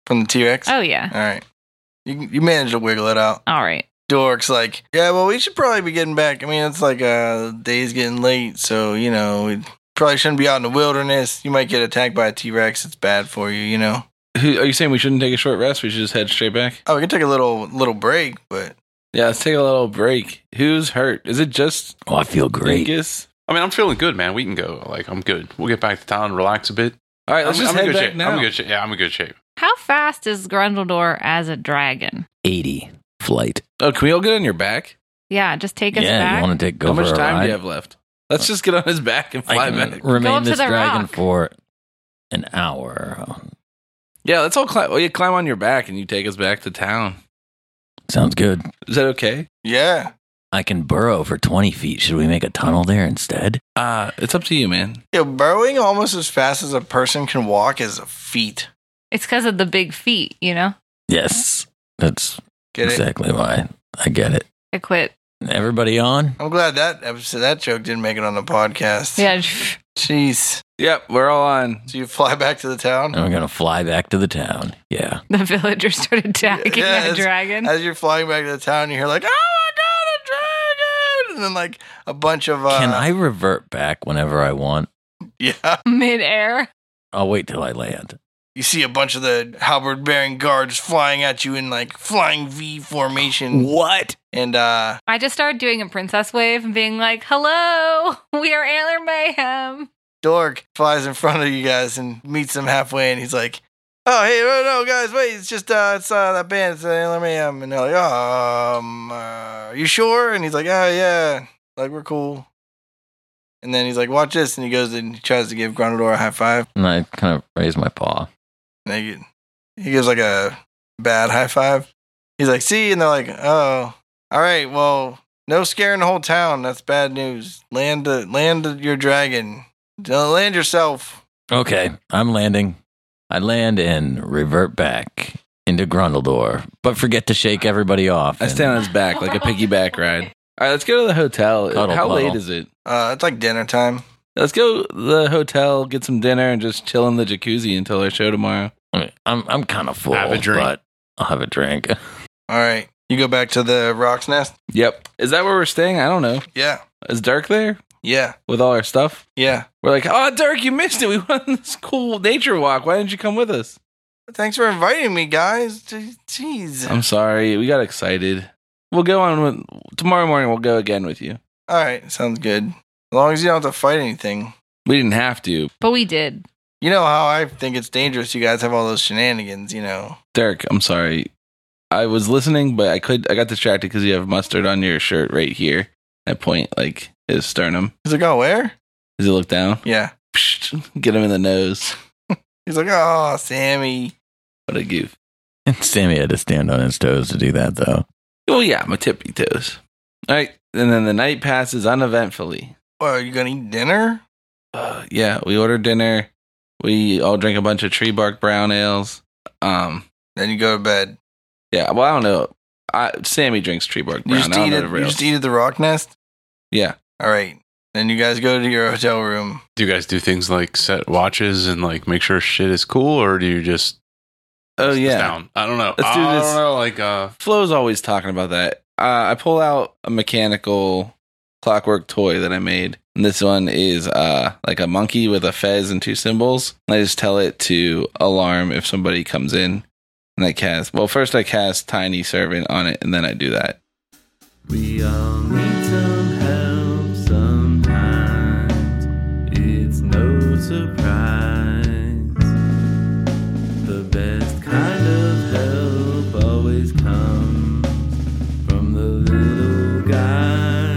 Speaker 4: from the T Rex?
Speaker 3: Oh, yeah.
Speaker 4: All right. You, you managed to wiggle it out.
Speaker 3: All right.
Speaker 4: Dork's like, yeah, well, we should probably be getting back. I mean, it's like uh, day's getting late, so you know we probably shouldn't be out in the wilderness. You might get attacked by a T Rex. It's bad for you, you know.
Speaker 5: Who- Are you saying we shouldn't take a short rest? We should just head straight back?
Speaker 4: Oh, we can take a little little break, but
Speaker 5: Yeah, let's take a little break. Who's hurt? Is it just
Speaker 1: Oh, I feel great.
Speaker 5: Dingus?
Speaker 2: I mean, I'm feeling good, man. We can go. Like, I'm good. We'll get back to town, relax a bit.
Speaker 5: All right, let's
Speaker 2: I'm,
Speaker 5: just
Speaker 2: I'm in
Speaker 5: head
Speaker 2: good
Speaker 5: back
Speaker 2: shape.
Speaker 5: now.
Speaker 2: I'm in good shape. Yeah, I'm in good shape.
Speaker 3: How fast is Grundledor as a dragon?
Speaker 1: 80 flight.
Speaker 5: Oh, can we all get on your back?
Speaker 3: Yeah, just take us
Speaker 1: yeah,
Speaker 3: back.
Speaker 1: you want to take go
Speaker 5: How much
Speaker 1: for a
Speaker 5: time
Speaker 1: ride?
Speaker 5: do you have left? Let's just get on his back and fly
Speaker 1: I can
Speaker 5: back.
Speaker 3: Go
Speaker 1: remain
Speaker 3: up to
Speaker 1: this
Speaker 3: the
Speaker 1: dragon
Speaker 3: rock.
Speaker 1: for an hour.
Speaker 5: Yeah, let's all climb. Well, yeah, climb on your back and you take us back to town.
Speaker 1: Sounds good.
Speaker 5: Is that okay?
Speaker 4: yeah,
Speaker 1: I can burrow for 20 feet. Should we make a tunnel there instead?
Speaker 5: Uh, it's up to you, man.
Speaker 4: yeah, burrowing almost as fast as a person can walk is a feat.
Speaker 3: it's because of the big feet, you know?
Speaker 1: Yes. That's
Speaker 4: Get it?
Speaker 1: exactly why. I get it.
Speaker 3: I quit.
Speaker 1: Everybody on?
Speaker 4: I'm glad that episode, that joke didn't make it on the podcast.
Speaker 3: Yeah.
Speaker 4: jeez.
Speaker 5: Yep, we're all on.
Speaker 4: So you fly back to the town.
Speaker 1: And we're going to fly back to the town. Yeah.
Speaker 3: The villagers started attacking
Speaker 4: Yeah,
Speaker 3: that
Speaker 4: it's-
Speaker 3: dragon.
Speaker 4: As you're flying back to the town, you hear like, "Oh my god, a dragon!" And then like a bunch of uh,
Speaker 1: Can I revert back whenever I want?
Speaker 4: Yeah,
Speaker 3: Midair.
Speaker 1: I'll wait till I land.
Speaker 4: you see a bunch of the halberd bearing guards flying at you in like flying V formation,
Speaker 1: What?
Speaker 4: and uh,
Speaker 3: I just started doing a princess wave and being like, hello, we are Antler Mayhem.
Speaker 4: Dork flies in front of you guys and meets them halfway, and he's like. Oh hey no no guys wait it's just uh it's uh that band it's uh, LMAM and they're like oh, um uh, are you sure and he's like oh yeah like we're cool and then he's like watch this and he goes and he tries to give Granador a high five
Speaker 1: And I kind of raise my paw.
Speaker 4: And he, he gives like a bad high five. He's like, see? And they're like, oh, all right, well, no scaring the whole town. That's bad news. Land, uh, land your dragon. Don't land yourself.
Speaker 1: Okay, I'm landing. I land and revert back into Grundledor, but forget to shake everybody off.
Speaker 5: I
Speaker 1: and-
Speaker 5: stand on his back like a piggyback ride. All right, let's go to the hotel. Uh,
Speaker 1: Cuddle,
Speaker 5: How late
Speaker 1: cuddle.
Speaker 5: is it?
Speaker 4: Uh, it's like dinner time.
Speaker 5: Let's go to the hotel, get some dinner, and just chill in the jacuzzi until our show tomorrow.
Speaker 1: I mean, I'm I'm kind of full,
Speaker 2: Have a drink.
Speaker 1: but I'll have a drink.
Speaker 4: All right. You go back to the rock's nest?
Speaker 5: Yep. Is that where we're staying? I don't know.
Speaker 4: Yeah.
Speaker 5: Is Dirk there
Speaker 4: Yeah.
Speaker 5: with all our stuff?
Speaker 4: Yeah.
Speaker 5: We're like, oh, Dirk, you missed it. We went on this cool nature walk. Why didn't you come with us?
Speaker 4: Thanks for inviting me, guys. Je- Jeez.
Speaker 5: I'm sorry. We got excited. We'll go on with tomorrow morning. We'll go again with you.
Speaker 4: All right. Sounds good. As long as you don't have to fight anything.
Speaker 5: We didn't have to.
Speaker 3: But we did.
Speaker 4: You know how I think it's dangerous. You guys have all those shenanigans, you know.
Speaker 5: Dirk, I'm sorry. I was listening, but I could. I got distracted because you have mustard on your shirt right here. At point, like his sternum.
Speaker 4: He's like, oh, where?
Speaker 5: Does he look down?
Speaker 4: Yeah.
Speaker 5: Psh, Get him in the nose.
Speaker 4: He's like, oh, Sammy.
Speaker 5: What a goof.
Speaker 1: And Sammy had to stand on his toes to do that, though.
Speaker 5: Well, yeah, my tippy toes. All right, and then the night passes uneventfully.
Speaker 4: Well, are you gonna eat dinner?
Speaker 5: Uh, yeah, we order dinner. We all drink a bunch of tree bark brown ales. Um,
Speaker 4: Then you go to bed.
Speaker 5: yeah. Well, I don't know. I, Sammy drinks tree bark
Speaker 4: You
Speaker 5: brown.
Speaker 4: just
Speaker 5: I don't
Speaker 4: eat
Speaker 5: know
Speaker 4: it.
Speaker 5: the
Speaker 4: You
Speaker 5: real-
Speaker 4: just eat at the rock nest.
Speaker 5: Yeah.
Speaker 4: All right. Then you guys go to your hotel room.
Speaker 2: Do you guys do things like set watches and like make sure shit is cool, or do you just
Speaker 5: Oh
Speaker 2: it's
Speaker 5: yeah.
Speaker 2: down? I don't know.
Speaker 5: Let's do
Speaker 2: I
Speaker 5: this.
Speaker 2: don't know. Like uh,
Speaker 5: Flo's always talking about that. Uh, I pull out a mechanical clockwork toy that I made. And this one is uh, like a monkey with a fez and two symbols. And I just tell it to alarm if somebody comes in. And I cast, well, first I cast Tiny Servant on it, and then I do that.
Speaker 9: We all need some help sometimes. It's no surprise. The best kind of help always comes from the little guy.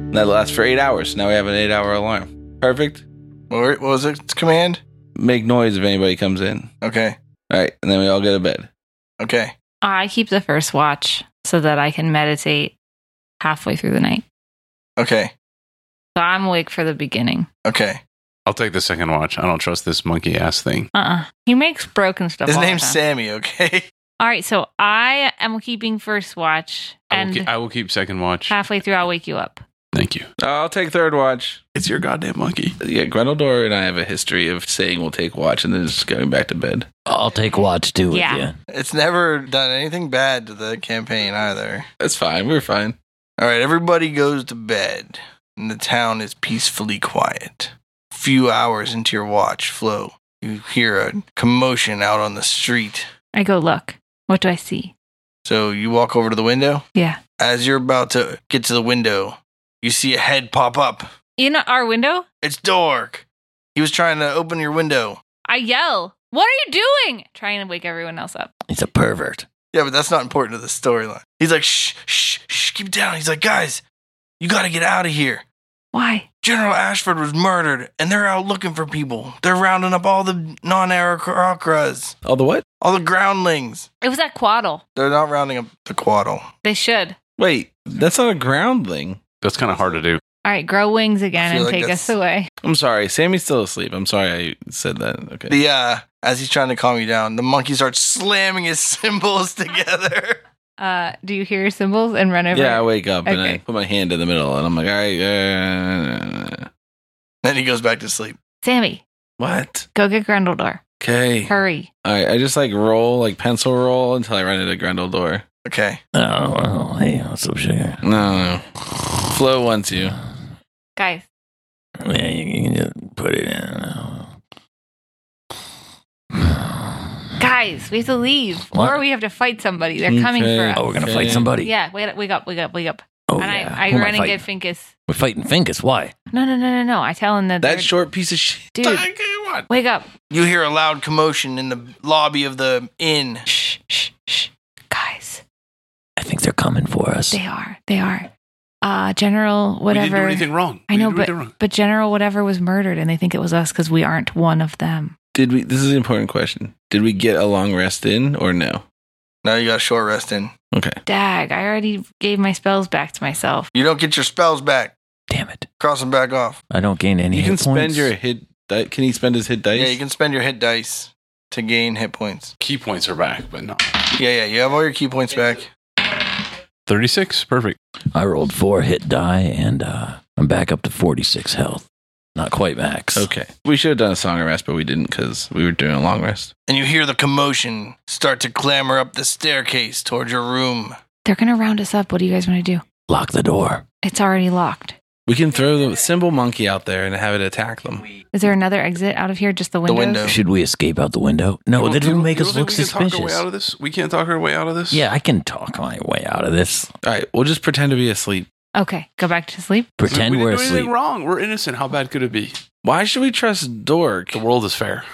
Speaker 5: And that lasts for eight hours. Now we have an eight hour alarm. Perfect.
Speaker 4: What were- what was it? Its command?
Speaker 5: Make noise if anybody comes in.
Speaker 4: Okay.
Speaker 5: All right. And then we all go to bed.
Speaker 4: Okay.
Speaker 3: I keep the first watch so that I can meditate halfway through the night.
Speaker 4: Okay.
Speaker 3: So I'm awake for the beginning.
Speaker 4: Okay.
Speaker 2: I'll take the second watch. I don't trust this monkey ass thing.
Speaker 3: Uh uh He makes broken stuff.
Speaker 4: His
Speaker 3: all the
Speaker 4: name's
Speaker 3: time.
Speaker 4: Sammy. Okay.
Speaker 3: All right, so I am keeping first watch,
Speaker 2: I will,
Speaker 3: and
Speaker 2: keep, I will keep second watch.
Speaker 3: halfway through, I'll wake you up.
Speaker 2: Thank you.
Speaker 5: I'll take third watch.
Speaker 2: It's your goddamn monkey.
Speaker 5: Yeah, Grendeldor and I have a history of saying we'll take watch and then just going back to bed.
Speaker 1: I'll take watch too with
Speaker 3: Yeah.
Speaker 1: you.
Speaker 4: It's never done anything bad to the campaign either.
Speaker 5: That's fine. We're fine.
Speaker 4: All right, everybody goes to bed, and the town is peacefully quiet. Few hours into your watch, Flo, you hear a commotion out on the street.
Speaker 3: I go look. What do I see?
Speaker 4: So you walk over to the window.
Speaker 3: Yeah.
Speaker 4: As you're about to get to the window, you see a head pop up.
Speaker 3: In our window,
Speaker 4: It's Dork. He was trying to open your window.
Speaker 3: I yell, What are you doing? Trying to wake everyone else up.
Speaker 1: He's a pervert.
Speaker 4: Yeah, but that's not important to the storyline. He's like, shh, shh, shh, keep down. He's like, guys, you got to get out of here.
Speaker 3: Why?
Speaker 4: General Ashford was murdered, and they're out looking for people. They're rounding up all the non-aracras,
Speaker 5: All the what?
Speaker 4: all the groundlings.
Speaker 3: It was that quaddle.
Speaker 4: They're not rounding up the quaddle.
Speaker 3: They should.
Speaker 5: Wait, that's not a groundling.
Speaker 2: That's kind of hard to do.
Speaker 3: All right, grow wings again
Speaker 4: I feel
Speaker 3: and
Speaker 4: like
Speaker 3: take
Speaker 4: that's-
Speaker 3: us away.
Speaker 5: I'm sorry. Sammy's still asleep. I'm sorry I said that. Okay.
Speaker 4: The uh, as he's trying to calm you down, the monkey starts slamming his cymbals together.
Speaker 3: Uh, do you hear symbols and run over?
Speaker 5: yeah, I wake up and I
Speaker 3: Okay.
Speaker 5: put my hand in the middle and I'm like, all right. Uh,
Speaker 4: then he goes back to sleep.
Speaker 3: Sammy,
Speaker 5: what?
Speaker 3: go get Grendeldor.
Speaker 5: Okay. All
Speaker 3: Hurry.
Speaker 5: right. I just like roll, like pencil roll until I run into Grendeldor.
Speaker 4: Okay,
Speaker 1: Oh, well, hey, what's up, sugar?
Speaker 5: No, no. Flo wants you.
Speaker 3: Guys,
Speaker 1: Yeah, you, you can just put it in. Oh,
Speaker 3: guys, we have to leave.
Speaker 1: What?
Speaker 3: Or we have to fight somebody. They're coming for
Speaker 5: Okay.
Speaker 3: us.
Speaker 1: Oh, we're gonna fight
Speaker 5: Okay.
Speaker 1: somebody.
Speaker 3: Yeah, wake up, wake up, wake up, wake up.
Speaker 1: Oh,
Speaker 3: and
Speaker 1: yeah.
Speaker 3: I, I
Speaker 1: Who am
Speaker 3: run and
Speaker 1: fighting?
Speaker 3: get Finkus.
Speaker 1: We're fighting Finkus. Why?
Speaker 3: No, no, no, no, no. I tell him that.
Speaker 5: That
Speaker 3: they're-
Speaker 5: short piece of shit.
Speaker 3: Dude, wake up.
Speaker 4: you hear a loud commotion in the lobby of the inn.
Speaker 3: Shh, shh, shh. Guys,
Speaker 1: I think they're coming for us.
Speaker 3: they are. They are. Uh, General, whatever.
Speaker 2: We didn't do anything wrong.
Speaker 3: I
Speaker 2: We
Speaker 3: know,
Speaker 2: didn't do
Speaker 3: but
Speaker 2: anything wrong.
Speaker 3: but General whatever was murdered, and they think it was us because we aren't one of them.
Speaker 5: Did we? This is an important question. Did we get a long rest in or no?
Speaker 4: Now you got a short rest in.
Speaker 5: Okay.
Speaker 3: Dag, I already gave my spells back to myself.
Speaker 4: You don't get your spells back.
Speaker 1: Damn it!
Speaker 4: Cross them back off.
Speaker 1: I don't gain any.
Speaker 5: you can
Speaker 1: hit points.
Speaker 5: spend your hit. Di- can he spend his hit dice?
Speaker 4: Yeah, you can spend your hit dice to gain hit points.
Speaker 2: Key points are back, but not
Speaker 4: Yeah, yeah, you have all your key points back.
Speaker 2: 36. Perfect.
Speaker 1: I rolled four hit die, and uh, I'm back up to 46 health. Not quite max.
Speaker 5: Okay. We should have done a song rest, but we didn't because we were doing a long rest.
Speaker 4: and you hear the commotion start to clamber up the staircase towards your room.
Speaker 3: They're gonna round us up. What do you guys want to do?
Speaker 1: Lock the door.
Speaker 3: It's already locked.
Speaker 5: We can throw the symbol monkey out there and have it attack them.
Speaker 3: Is there another exit out of here? Just the window.
Speaker 4: window.
Speaker 1: Should we escape out the window?
Speaker 2: You
Speaker 1: No,
Speaker 2: don't-
Speaker 1: that
Speaker 2: you
Speaker 1: will
Speaker 2: don't-
Speaker 1: make
Speaker 2: you
Speaker 1: us
Speaker 2: don't
Speaker 1: look
Speaker 2: think We can talk our way
Speaker 1: suspicious.
Speaker 2: out of this. We can't talk our way out of this.
Speaker 1: Yeah, I can talk my way out of this.
Speaker 5: All right. We'll just pretend to be asleep.
Speaker 3: Okay, go back to sleep.
Speaker 1: Pretend
Speaker 2: we
Speaker 1: we are
Speaker 2: didn't do
Speaker 1: asleep.
Speaker 2: anything wrong. We're innocent. How bad could it be?
Speaker 5: Why should we trust Dork
Speaker 2: The world is fair.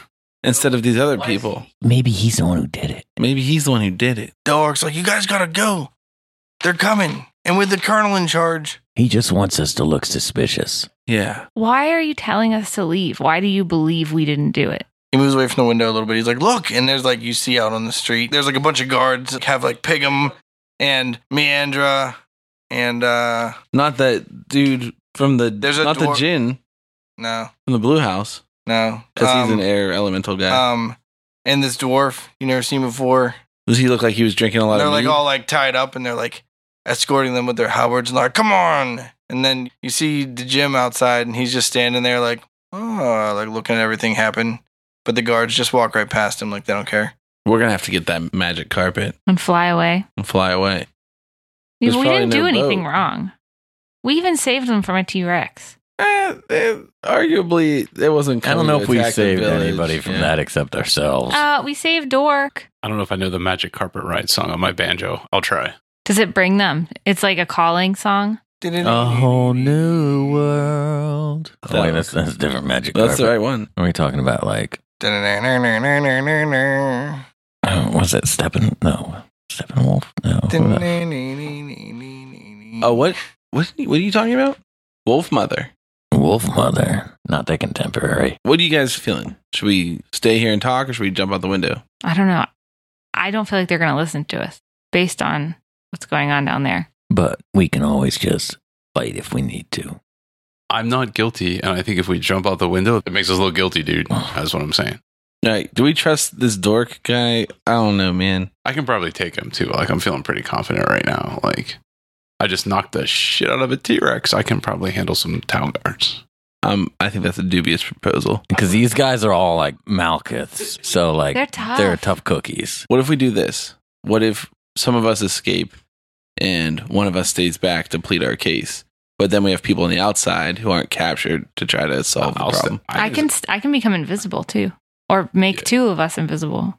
Speaker 5: instead of these other people?
Speaker 1: Maybe he's the one who did it.
Speaker 5: Maybe he's the one who did it.
Speaker 4: Dork's like, you guys gotta go. They're coming. And with the colonel in charge.
Speaker 1: He just wants us to look suspicious.
Speaker 5: Yeah.
Speaker 3: Why are you telling us to leave? Why do you believe we didn't do it?
Speaker 4: He moves away from the window a little bit. He's like, look. And there's like, you see out on the street, there's like a bunch of guards that have like Pigum and Meandra. And, uh,
Speaker 5: Not that dude from the.
Speaker 4: There's a
Speaker 5: not the
Speaker 4: dwar-
Speaker 5: Jin
Speaker 4: no,
Speaker 5: from the Blue House
Speaker 4: no.
Speaker 5: because he's
Speaker 4: Um,
Speaker 5: an air elemental guy.
Speaker 4: Um, and this dwarf you never seen before.
Speaker 5: Does he look like he was drinking a lot
Speaker 4: they're
Speaker 5: of?
Speaker 4: like
Speaker 5: mead?
Speaker 4: all like tied up and they're like escorting them with their halberds and like come on and then you see the gym outside and he's just standing there like oh like looking at everything happen but the guards just walk right past him like they don't care
Speaker 5: We're gonna have to get that magic carpet
Speaker 3: And fly away.
Speaker 5: and fly away.
Speaker 3: We
Speaker 5: There's probably
Speaker 3: didn't
Speaker 5: no
Speaker 3: do anything
Speaker 5: boat.
Speaker 3: wrong. We even saved them from a T Rex.
Speaker 5: Eh, eh, arguably, it wasn't.
Speaker 1: I don't
Speaker 5: coming
Speaker 1: know
Speaker 5: to
Speaker 1: if we
Speaker 5: attack the
Speaker 1: saved
Speaker 5: village.
Speaker 1: anybody from
Speaker 5: Yeah.
Speaker 1: that except ourselves.
Speaker 3: Uh, we saved Dork.
Speaker 2: I don't know if I know the Magic Carpet Ride song on my banjo. I'll try.
Speaker 3: Does it bring them? It's like a calling song.
Speaker 1: a whole new world.
Speaker 5: That
Speaker 1: Oh, wait,
Speaker 5: one.
Speaker 1: that's, that's a different magic.
Speaker 5: That's the
Speaker 1: carpet.
Speaker 5: right one.
Speaker 1: Are we talking about like
Speaker 4: Dun-dun-dun-dun-dun-dun-dun.
Speaker 1: uh, was that Steppen? No, Steppenwolf. No.
Speaker 5: Oh, what? What? What are you talking about? Wolf Mother.
Speaker 1: Wolf Mother, not that contemporary.
Speaker 5: What are you guys feeling? Should we stay here and talk, or should we jump out the window?
Speaker 3: I don't know. I don't feel like they're going to listen to us based on what's going on down there.
Speaker 1: But we can always just fight if we need to.
Speaker 2: I'm not guilty, and I think if we jump out the window, it makes us look guilty, dude. That's what I'm saying.
Speaker 5: All right. Do we trust this dork guy? I don't know, man.
Speaker 2: I can probably take him too. Like I'm feeling pretty confident right now. Like I just knocked the shit out of a T Rex. I can probably handle some town guards.
Speaker 5: Um, I think that's a dubious proposal.
Speaker 1: Because these guys are all like Malkiths. So, like,
Speaker 3: They're tough.
Speaker 1: they're tough cookies.
Speaker 5: What if we do this? What if some of us escape and one of us stays back to plead our case, but then we have people on the outside who aren't captured to try to solve the
Speaker 2: I'll st-
Speaker 5: problem?
Speaker 3: I, can st- I can become invisible too, or make two of us invisible.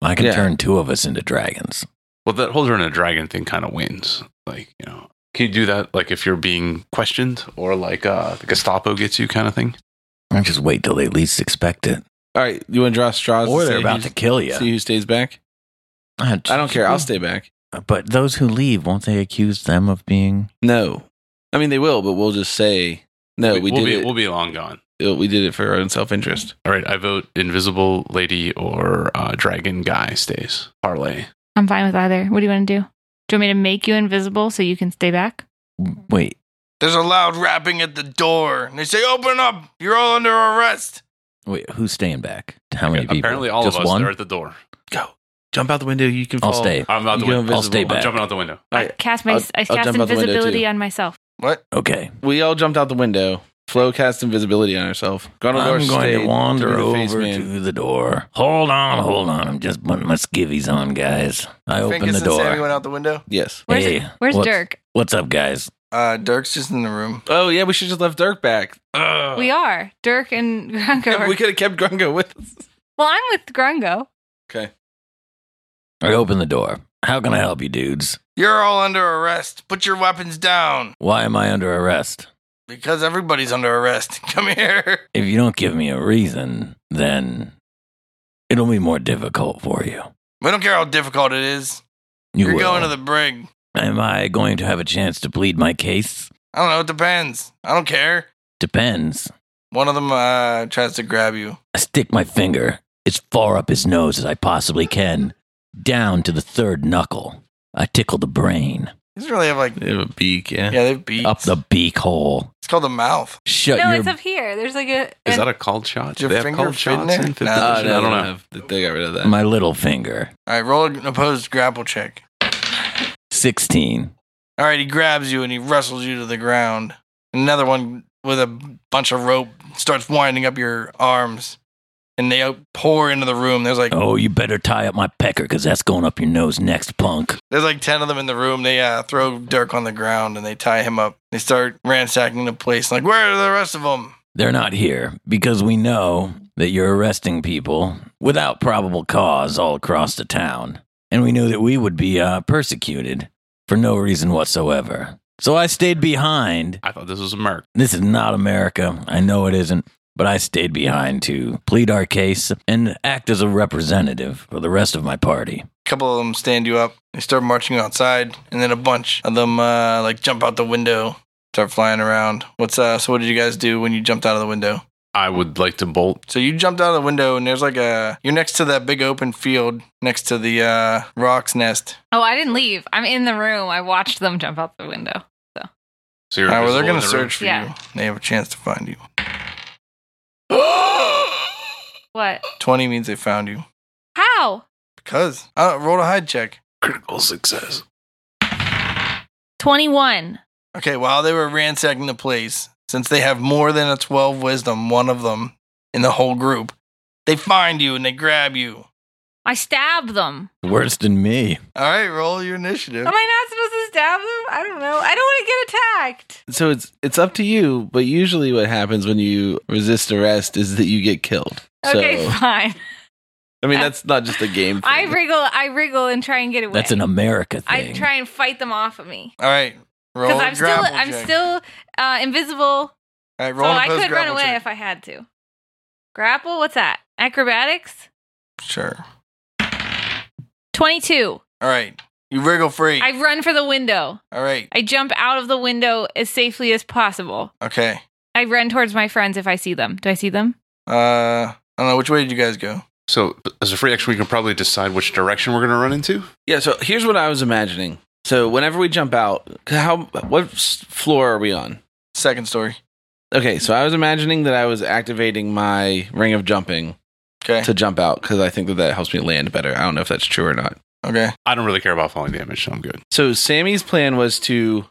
Speaker 1: I can
Speaker 5: Yeah.
Speaker 1: turn two of us into dragons.
Speaker 2: Well, that holder and a dragon thing kind of wins. Like, you know, can you do that? Like, if you're being questioned or like uh, the Gestapo gets you kind of thing?
Speaker 1: I just wait till they least expect it.
Speaker 5: All right, you want to draw straws?
Speaker 1: Or
Speaker 5: to
Speaker 1: they're
Speaker 5: say
Speaker 1: about
Speaker 5: who's-
Speaker 1: to kill you.
Speaker 5: See who stays back. I don't care. I'll stay back.
Speaker 1: But those who leave, won't they accuse them of being.
Speaker 5: No, I mean they will, but we'll just say no. We,
Speaker 2: will
Speaker 5: did
Speaker 2: be,
Speaker 5: it. uh,
Speaker 2: We'll be long gone.
Speaker 5: we did it for our own self interest.
Speaker 2: All right. I vote Invisible Lady or uh, Dragon Guy stays. Parlay.
Speaker 3: I'm fine with either. What do you want to do? Do you want me to make you invisible so you can stay back?
Speaker 1: Wait,
Speaker 4: There's a loud rapping at the door, and they say, Open up! You're all under arrest!
Speaker 1: wait, who's staying back? How many people?
Speaker 2: Apparently, all
Speaker 1: just
Speaker 2: of us
Speaker 1: one?
Speaker 2: are at the door.
Speaker 5: Jump out the window. You can.
Speaker 1: I'll
Speaker 5: fall.
Speaker 1: stay.
Speaker 2: I'm out
Speaker 5: You
Speaker 2: the
Speaker 5: go
Speaker 2: window.
Speaker 1: I'll stay
Speaker 5: invisible.
Speaker 2: I'm
Speaker 1: back.
Speaker 2: jumping out the window.
Speaker 5: All right,
Speaker 3: Cast my
Speaker 5: I'll-
Speaker 3: I
Speaker 5: I'll
Speaker 3: cast
Speaker 5: jump out the window,
Speaker 3: invisibility
Speaker 5: too.
Speaker 3: on myself.
Speaker 4: What?
Speaker 1: Okay.
Speaker 5: we all jumped out the window. Flo cast invisibility on herself. Gone
Speaker 1: I'm
Speaker 5: over
Speaker 1: going
Speaker 5: stayed
Speaker 1: to wander
Speaker 5: be the face
Speaker 1: over
Speaker 5: man.
Speaker 1: to the door. Hold on, hold on. I'm just putting my skivvies on, guys. I open
Speaker 4: Finkus
Speaker 1: the
Speaker 4: and Sammy
Speaker 1: door.
Speaker 4: went out the window.
Speaker 5: Yes.
Speaker 3: Where's
Speaker 1: Hey,
Speaker 3: Where's
Speaker 1: what's,
Speaker 3: Dirk?
Speaker 1: What's up, guys?
Speaker 4: Uh, Dirk's just in the room.
Speaker 5: Oh yeah, we should just left Dirk back. Ugh.
Speaker 3: we are Dirk and Grungo. are-
Speaker 5: Uh, we could have kept Grungo with us.
Speaker 3: well, I'm with Grungo.
Speaker 5: Okay.
Speaker 1: I open the door. How can I help you, dudes?
Speaker 4: You're all under arrest. Put your weapons down
Speaker 1: Why am I under arrest?
Speaker 4: because everybody's under arrest. Come here.
Speaker 1: If you don't give me a reason, then it'll be more difficult for you.
Speaker 4: We don't care how difficult it is.
Speaker 1: You
Speaker 4: You're
Speaker 1: will.
Speaker 4: going to the brig.
Speaker 1: Am I going to have a chance to plead my case?
Speaker 4: I don't know. It depends. I don't care.
Speaker 1: Depends.
Speaker 4: One of them uh, tries to grab you.
Speaker 1: I stick my finger as far up his nose as I possibly can, down to the third knuckle. I tickle the brain,
Speaker 4: He doesn't really have like.
Speaker 5: They have a beak, yeah.
Speaker 4: Yeah, they beat.
Speaker 1: up the beak hole.
Speaker 4: It's called the mouth.
Speaker 1: Shut
Speaker 3: no,
Speaker 1: your
Speaker 3: it's up here. There's like a.
Speaker 2: Is
Speaker 3: an-
Speaker 2: that a called shot?
Speaker 4: Did your
Speaker 2: Do they have
Speaker 4: finger
Speaker 2: called
Speaker 4: fit in
Speaker 2: shots
Speaker 4: there?
Speaker 2: in fifth
Speaker 4: Nah,
Speaker 5: Uh,
Speaker 2: edition?
Speaker 5: no,
Speaker 2: I don't know.
Speaker 5: Have, they got rid of that.
Speaker 1: my little finger.
Speaker 4: All right, roll an opposed grapple check.
Speaker 1: Sixteen.
Speaker 4: All right, he grabs you and he wrestles you to the ground. Another one with a bunch of rope starts winding up your arms, and they out- pour into the room. There's like
Speaker 1: Oh, you better tie up my pecker, cause that's going up your nose next, punk.
Speaker 4: There's like 10 of them in the room. They uh, throw Dirk on the ground and they tie him up. They start ransacking the place. Like, where are the rest of them?
Speaker 1: They're not here because we know that you're arresting people without probable cause all across the town. And we knew that we would be uh, persecuted for no reason whatsoever. So I stayed behind.
Speaker 2: I thought this was a merc.
Speaker 1: This is not America. I know it isn't. But I stayed behind to plead our case and act as a representative for the rest of my party.
Speaker 4: A couple of them stand you up. They start marching outside. And then a bunch of them uh, like jump out the window, start flying around. What's uh, so what did you guys do when you jumped out of the window?
Speaker 2: I would like to bolt.
Speaker 4: So you jumped out of the window and there's like a, you're next to that big open field next to the uh, rock's nest.
Speaker 3: oh, I didn't leave. I'm in the room. I watched them jump out the window.
Speaker 2: So
Speaker 4: All
Speaker 2: you're
Speaker 4: right,
Speaker 2: invisible
Speaker 4: well, they're going
Speaker 2: in
Speaker 4: to
Speaker 2: the room.
Speaker 4: search for you.
Speaker 3: Yeah.
Speaker 4: They have a chance to find you.
Speaker 3: What?
Speaker 4: 20 means they found you.
Speaker 3: How?
Speaker 4: Because, uh, roll a hide check.
Speaker 2: Critical success.
Speaker 3: Twenty-one.
Speaker 4: Okay, while they were ransacking the place, since they have more than a 12 wisdom, one of them in the whole group, they find you and they grab you.
Speaker 3: I stabbed them.
Speaker 1: Worse than me.
Speaker 4: All right, roll your initiative.
Speaker 3: Am I not supposed to stab them? I don't know. I don't want to get attacked.
Speaker 5: So it's it's up to you, but usually what happens when you resist arrest is that you get killed.
Speaker 3: Okay,
Speaker 5: So
Speaker 3: fine.
Speaker 5: I mean that's not just a game.
Speaker 3: I
Speaker 5: thing.
Speaker 3: wriggle. I wriggle and try and get away.
Speaker 1: That's an America
Speaker 3: I
Speaker 1: thing.
Speaker 3: try and fight them off of me
Speaker 4: All right, roll
Speaker 3: because
Speaker 4: a
Speaker 3: I'm still
Speaker 4: grapple
Speaker 3: I'm
Speaker 4: check.
Speaker 3: still uh, invisible,
Speaker 4: All right,
Speaker 3: so
Speaker 4: roll an
Speaker 3: I
Speaker 4: opposed
Speaker 3: could run
Speaker 4: grapple
Speaker 3: away
Speaker 4: check.
Speaker 3: if I had to. Grapple? What's that? Acrobatics?
Speaker 4: Sure.
Speaker 3: Twenty-two.
Speaker 4: All right, you wriggle free.
Speaker 3: I run for the window.
Speaker 4: All right,
Speaker 3: I jump out of the window as safely as possible.
Speaker 4: okay.
Speaker 3: I run towards my friends if I see them. Do I see them?
Speaker 4: Uh, I don't know, which way did you guys go?
Speaker 2: So as a free action, we can probably decide which direction we're going to run into.
Speaker 5: Yeah. So here's what I was imagining. So whenever we jump out, how what s- floor are we on?
Speaker 4: Second story.
Speaker 5: Okay. So I was imagining that I was activating my ring of jumping
Speaker 4: Okay.
Speaker 5: to jump out because I think that that helps me land better. I don't know if that's true or not.
Speaker 4: Okay.
Speaker 2: I don't really care about falling damage, so I'm good.
Speaker 5: So Sammy's plan was to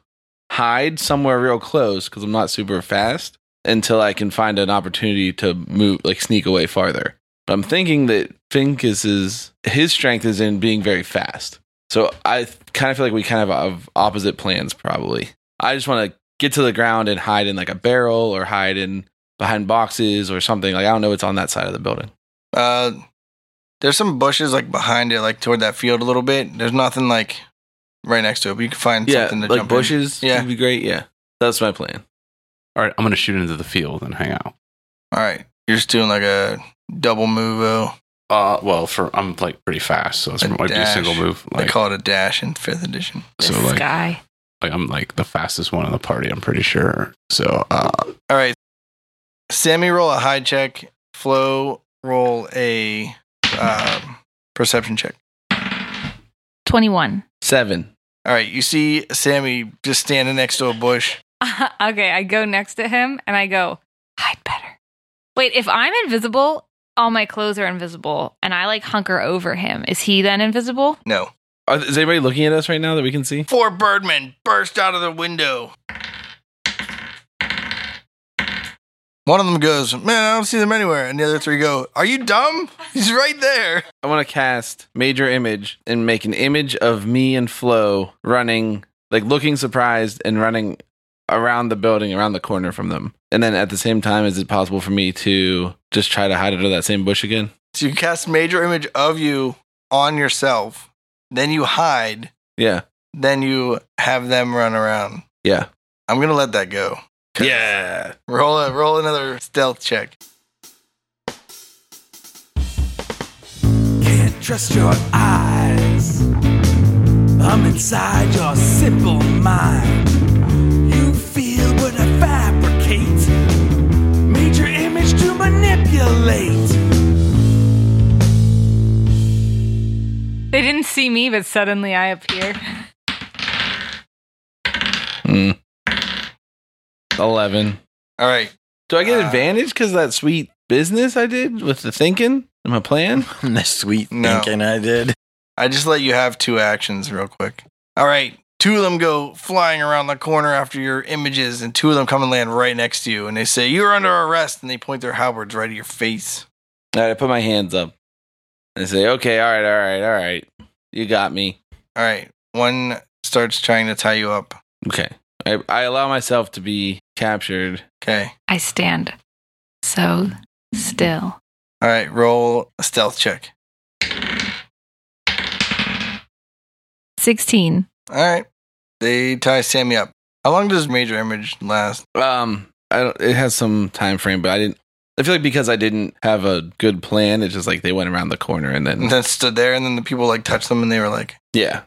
Speaker 5: hide somewhere real close because I'm not super fast until I can find an opportunity to move, like sneak away farther. But I'm thinking that Finkus is his strength is in being very fast. So I kind of feel like we kind of have opposite plans probably. I just want to get to the ground and hide in like a barrel or hide in behind boxes or something. Like I don't know what's on that side of the building.
Speaker 4: Uh, there's some bushes like behind it, like toward that field a little bit. There's nothing like right next to it, but you can find something to
Speaker 5: like
Speaker 4: jump
Speaker 5: bushes.
Speaker 4: Yeah.
Speaker 5: would be great. Yeah, that's my plan.
Speaker 2: All right, I'm going to shoot into the field and hang out.
Speaker 4: in. All right. You're just doing like a double move, oh.
Speaker 2: Uh, well, for I'm like pretty fast, so it's
Speaker 4: A
Speaker 2: might be a
Speaker 4: dash.
Speaker 2: single move.
Speaker 4: They
Speaker 2: Like,
Speaker 4: call it a dash in fifth edition.
Speaker 2: so
Speaker 3: this
Speaker 2: like,
Speaker 3: guy.
Speaker 2: like I'm like the fastest one in the party. I'm pretty sure. So uh,
Speaker 4: All right. Sammy roll a high check. Flo roll a um, perception check.
Speaker 3: 21.
Speaker 5: Seven.
Speaker 4: All right. You see Sammy just standing next to a bush.
Speaker 3: okay, I go next to him and I go, hide better. Wait, if I'm invisible, all my clothes are invisible and I like hunker over him. Is he then invisible?
Speaker 4: No.
Speaker 5: Are, is anybody looking at us right now that we can see?
Speaker 4: Four birdmen burst out of the window. One of them goes, Man, I don't see them anywhere. And the other three go, Are you dumb? He's right there.
Speaker 5: I want to cast major image and make an image of me and Flo running, like looking surprised and running around the building, around the corner from them. And then at the same time, is it possible for me to just try to hide under that same bush again?
Speaker 4: So you cast major image of you on yourself. Then you hide.
Speaker 5: Yeah.
Speaker 4: Then you have them run around.
Speaker 5: Yeah.
Speaker 4: I'm going to let that go.
Speaker 5: Yeah.
Speaker 4: Roll, a, roll another stealth check.
Speaker 7: Can't trust your eyes. I'm inside your simple mind. You feel what I fabricate. Major image to manipulate.
Speaker 3: They didn't see me, but suddenly I appear.
Speaker 5: 11.
Speaker 4: All right.
Speaker 5: Do I get
Speaker 4: Uh,
Speaker 5: advantage because that sweet business I did with the thinking and my plan?
Speaker 1: the sweet
Speaker 4: No.
Speaker 1: thinking I did.
Speaker 4: I just let you have two actions real quick. All right. Two of them go flying around the corner after your images, and two of them come and land right next to you. And they say, You're under arrest. And they point their halberds right at your face.
Speaker 5: All right, I put my hands up. I say, okay, all right, all right, all right. You got me.
Speaker 4: All right. One starts trying to tie you up.
Speaker 5: Okay. I, I allow myself to be captured.
Speaker 4: Okay.
Speaker 3: I stand so still.
Speaker 4: All right. Roll a stealth check.
Speaker 3: 16.
Speaker 4: All right. They tie Sammy up. How long does major image last?
Speaker 5: Um, I don't, it has some time frame, but I didn't. I feel like because I didn't have a good plan, it's just like they went around the corner and
Speaker 4: And
Speaker 5: then
Speaker 4: then stood there, and then the people like touched them, and they were like,
Speaker 5: yeah,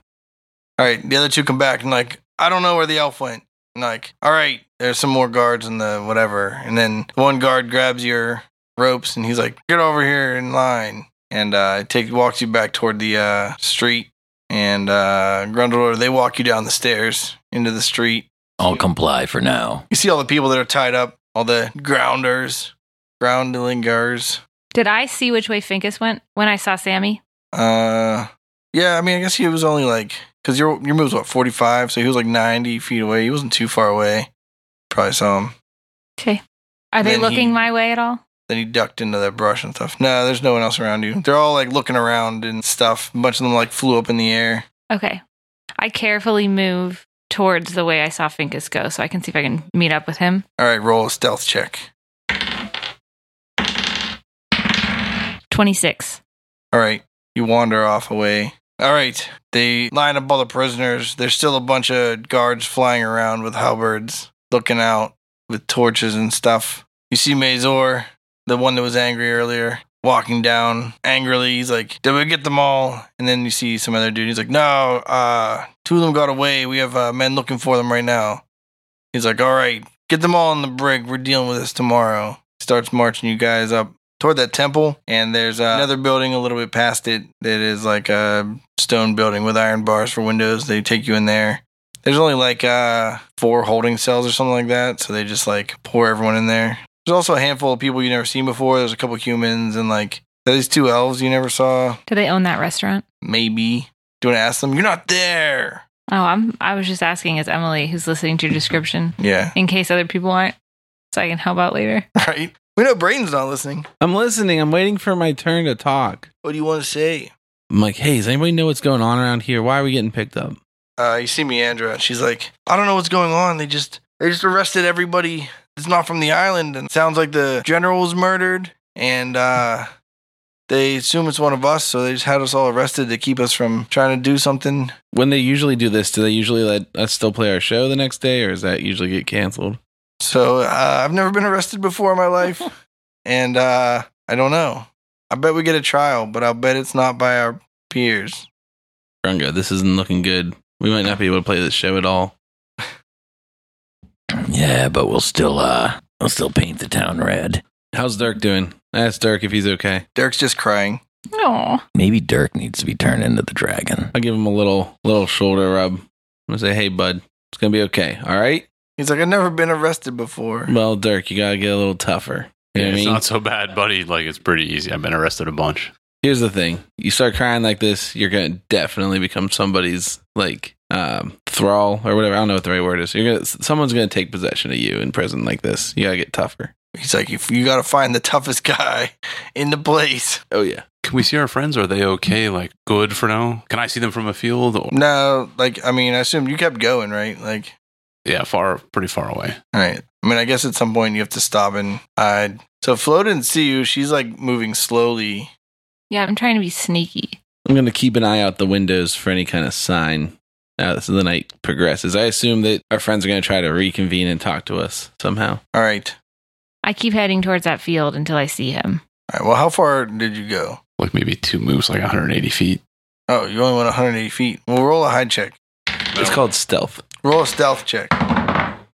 Speaker 4: All right, the other two come back and like, I don't know where the elf went. And like, all right, there's some more guards in the whatever. And then one guard grabs your ropes and he's like, get over here in line. And uh, take walks you back toward the uh, street. And uh, Grundledor, they walk you down the stairs into the street.
Speaker 1: I'll comply for now.
Speaker 4: You see all the people that are tied up, all the grounders, groundlingers.
Speaker 3: Did I see which way Finkus went when I saw Sammy?
Speaker 4: Uh, yeah, I mean, I guess he was only like, because your, your move was what, 45? So he was like 90 feet away. He wasn't too far away. Probably saw him.
Speaker 3: Okay. Are they
Speaker 4: Then
Speaker 3: looking
Speaker 4: he-
Speaker 3: my way at all?
Speaker 4: Then he ducked into that brush and stuff. No, there's no one else around you. They're all like looking around and stuff. A bunch of them like flew up in the air.
Speaker 3: Okay. I carefully move towards the way I saw Finkus go so I can see if I can meet up with him.
Speaker 4: All right, roll a stealth check.
Speaker 3: 26.
Speaker 4: All right, you wander off away. All right, they line up all the prisoners. There's still a bunch of guards flying around with halberds, looking out with torches and stuff. You see Mazor, the one that was angry earlier, walking down angrily. He's like, "Did we get them all?" And then you see some other dude. He's like, "No, uh, two of them got away. We have uh, men looking for them right now." He's like, "All right, get them all in the brig. We're dealing with this tomorrow." Starts marching you guys up toward that temple and there's uh, another building a little bit past it that is like a stone building with iron bars for windows they take you in there there's only like uh, four holding cells or something like that so they just like pour everyone in there there's also a handful of people you never seen before there's a couple humans and like these two elves you never saw
Speaker 3: Do they own that restaurant?
Speaker 4: maybe Do you want to ask them? You're not there.
Speaker 3: Oh, I'm. I was just asking as Emily, who's listening to your description,
Speaker 4: Yeah.
Speaker 3: in case other people aren't, so I can help out later.
Speaker 4: Right. We know Brayden's not listening.
Speaker 5: I'm listening. I'm waiting for my turn to talk.
Speaker 4: What do you want to say?
Speaker 5: I'm like, hey, does anybody know what's going on around here? Why are we getting picked up?
Speaker 4: Uh, you see Meandra, and she's like, I don't know what's going on. They just they just arrested everybody that's not from the island, and sounds like the general was murdered, and uh, they assume it's one of us, so they just had us all arrested to keep us from trying to do something.
Speaker 5: When they usually do this, do they usually let us still play our show the next day, or does that usually get canceled?
Speaker 4: So uh, I've never been arrested before in my life, and uh, I don't know. I bet we get a trial, but I'll bet it's not by our peers.
Speaker 5: Runga, this isn't looking good. We might not be able to play this show at all.
Speaker 1: Yeah, but we'll still uh we'll still paint the town red.
Speaker 5: How's Dirk doing? I asked Dirk if he's okay.
Speaker 4: Dirk's just crying.
Speaker 3: No,
Speaker 1: Maybe Dirk needs to be turned into the dragon.
Speaker 5: I give him a little little shoulder rub. I'm gonna say, hey, bud, it's gonna be okay. All right.
Speaker 4: He's like, I've never been arrested before.
Speaker 5: Well, Dirk, you gotta get a little tougher. You know what I
Speaker 10: it's
Speaker 5: mean?
Speaker 10: not so bad, buddy. Like it's pretty easy. I've been arrested a bunch.
Speaker 5: Here's the thing: you start crying like this, you're gonna definitely become somebody's like um, thrall or whatever. I don't know what the right word is. You're gonna someone's gonna take possession of you in prison like this. You gotta get tougher.
Speaker 4: He's like, you, you got to find the toughest guy in the place.
Speaker 5: Oh yeah.
Speaker 2: Can we see our friends? Are they okay? Like good for now? Can I see them from a field? Or,
Speaker 4: No, like, I mean, I assume you kept going, right? Like,
Speaker 2: yeah, far, pretty far away.
Speaker 4: all right. I mean, I guess at some point you have to stop and hide. So Flo didn't see you. She's like moving slowly.
Speaker 3: yeah, I'm trying to be sneaky.
Speaker 5: I'm gonna keep an eye out the windows for any kind of sign uh, as the night progresses. I assume that our friends are gonna try to reconvene and talk to us somehow.
Speaker 4: All right.
Speaker 3: I keep heading towards that field until I see him.
Speaker 4: All right. Well, how far did you go?
Speaker 2: Like maybe two moves, like 180 feet.
Speaker 4: Oh, you only went 180 feet. Well, roll a hide check.
Speaker 5: It's called stealth.
Speaker 4: Roll a stealth check.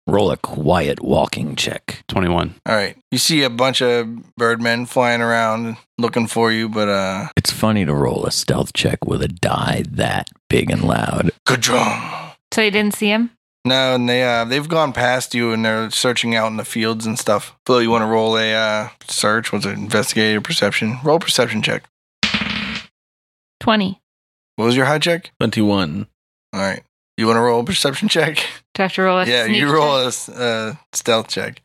Speaker 1: Roll a quiet walking check.
Speaker 10: 21.
Speaker 4: All right. You see a bunch of birdmen flying around looking for you, but uh,
Speaker 1: It's funny to roll a stealth check with a die that big and loud.
Speaker 4: good drum.
Speaker 3: So you didn't see him?
Speaker 4: No, and they uh, they've gone past you and they're searching out in the fields and stuff. Phil, you want to roll a uh, search? Was it investigate or perception? Roll perception check.
Speaker 3: Twenty.
Speaker 4: What was your high check?
Speaker 3: Uh,
Speaker 5: Twenty one.
Speaker 4: All right. You want to roll a perception check?
Speaker 3: Do I have to roll a
Speaker 4: yeah,
Speaker 3: sneak
Speaker 4: you roll
Speaker 3: check?
Speaker 4: a s- uh, stealth check.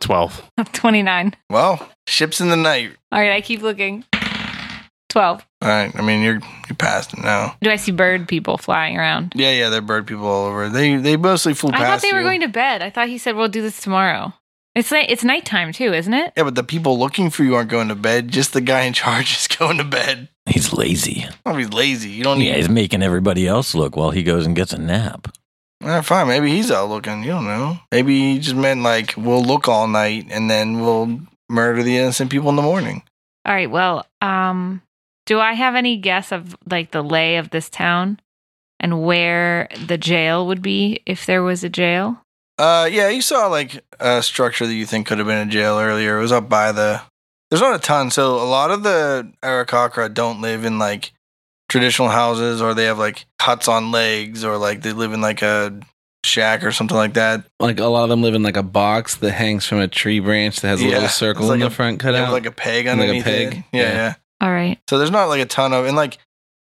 Speaker 10: 12.
Speaker 3: twenty nine.
Speaker 4: Well, ships in the night.
Speaker 3: All right, I keep looking. Twelve.
Speaker 4: All right. I mean, you're you passed it now.
Speaker 3: Do I see bird people flying around?
Speaker 4: Yeah, yeah, they're bird people all over. They they mostly flew
Speaker 3: I
Speaker 4: past.
Speaker 3: thought they were
Speaker 4: you.
Speaker 3: going to bed. I thought he said we'll do this tomorrow. It's night. It's nighttime too, isn't it?
Speaker 4: Yeah, but the people looking for you aren't going to bed. Just the guy in charge is going to bed.
Speaker 1: He's lazy.
Speaker 4: I'll be lazy. You don't need.
Speaker 1: Yeah, he's making everybody else look while he goes and gets a nap.
Speaker 4: Ah, fine. Maybe he's out looking. You don't know. Maybe he just meant like we'll look all night and then we'll murder the innocent people in the morning.
Speaker 3: All right. Well, um, do I have any guess of like the lay of this town and where the jail would be if there was a jail?
Speaker 4: Uh, yeah, you saw like a structure that you think could have been a jail earlier. It was up by the. There's not a ton, so a lot of the Arakakra don't live in like traditional houses, or they have like huts on legs, or like they live in like a shack or something like that.
Speaker 5: Like a lot of them live in like a box that hangs from a tree branch that has a
Speaker 4: Yeah,
Speaker 5: little
Speaker 4: it's
Speaker 5: circle
Speaker 4: like
Speaker 5: in
Speaker 4: a-
Speaker 5: the front cut
Speaker 4: They have
Speaker 5: out.
Speaker 4: like a peg
Speaker 5: Like a
Speaker 4: underneath
Speaker 5: peg?
Speaker 4: it. Yeah,
Speaker 5: Yeah.
Speaker 4: yeah.
Speaker 3: All right.
Speaker 4: So there's not like a ton of, and like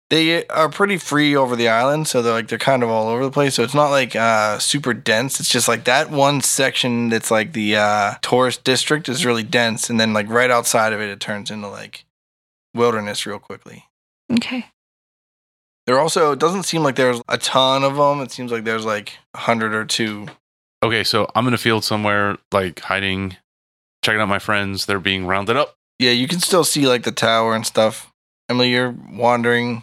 Speaker 4: they are pretty free over the island, so they're like they're kind of all over the place. So it's not like uh, super dense. It's just like that one section that's like the uh, tourist district is really dense, and then like right outside of it, it turns into like wilderness real quickly.
Speaker 3: Okay.
Speaker 4: There also it doesn't seem like there's a ton of them. It seems like there's like a hundred or two.
Speaker 2: Okay, so I'm in a field somewhere, like hiding, checking out my friends. They're being rounded up.
Speaker 4: Yeah, you can still see like the tower and stuff. Emily, you're wandering.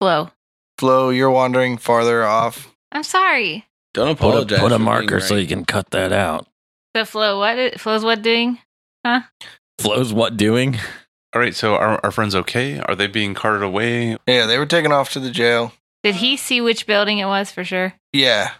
Speaker 3: Hello.
Speaker 4: Flo, you're wandering farther off.
Speaker 3: I'm sorry.
Speaker 5: Don't
Speaker 1: Put
Speaker 5: apologize.
Speaker 1: a, put
Speaker 5: for
Speaker 1: a
Speaker 5: being
Speaker 1: marker so
Speaker 5: right.
Speaker 1: you can cut that out.
Speaker 3: So Flo, what i- Flo's what doing?
Speaker 1: Flo's what doing?
Speaker 2: All right, so are our friends okay? Are they being carted away?
Speaker 4: Yeah, they were taken off to the jail.
Speaker 3: Did he see which building it was for sure?
Speaker 4: Yeah.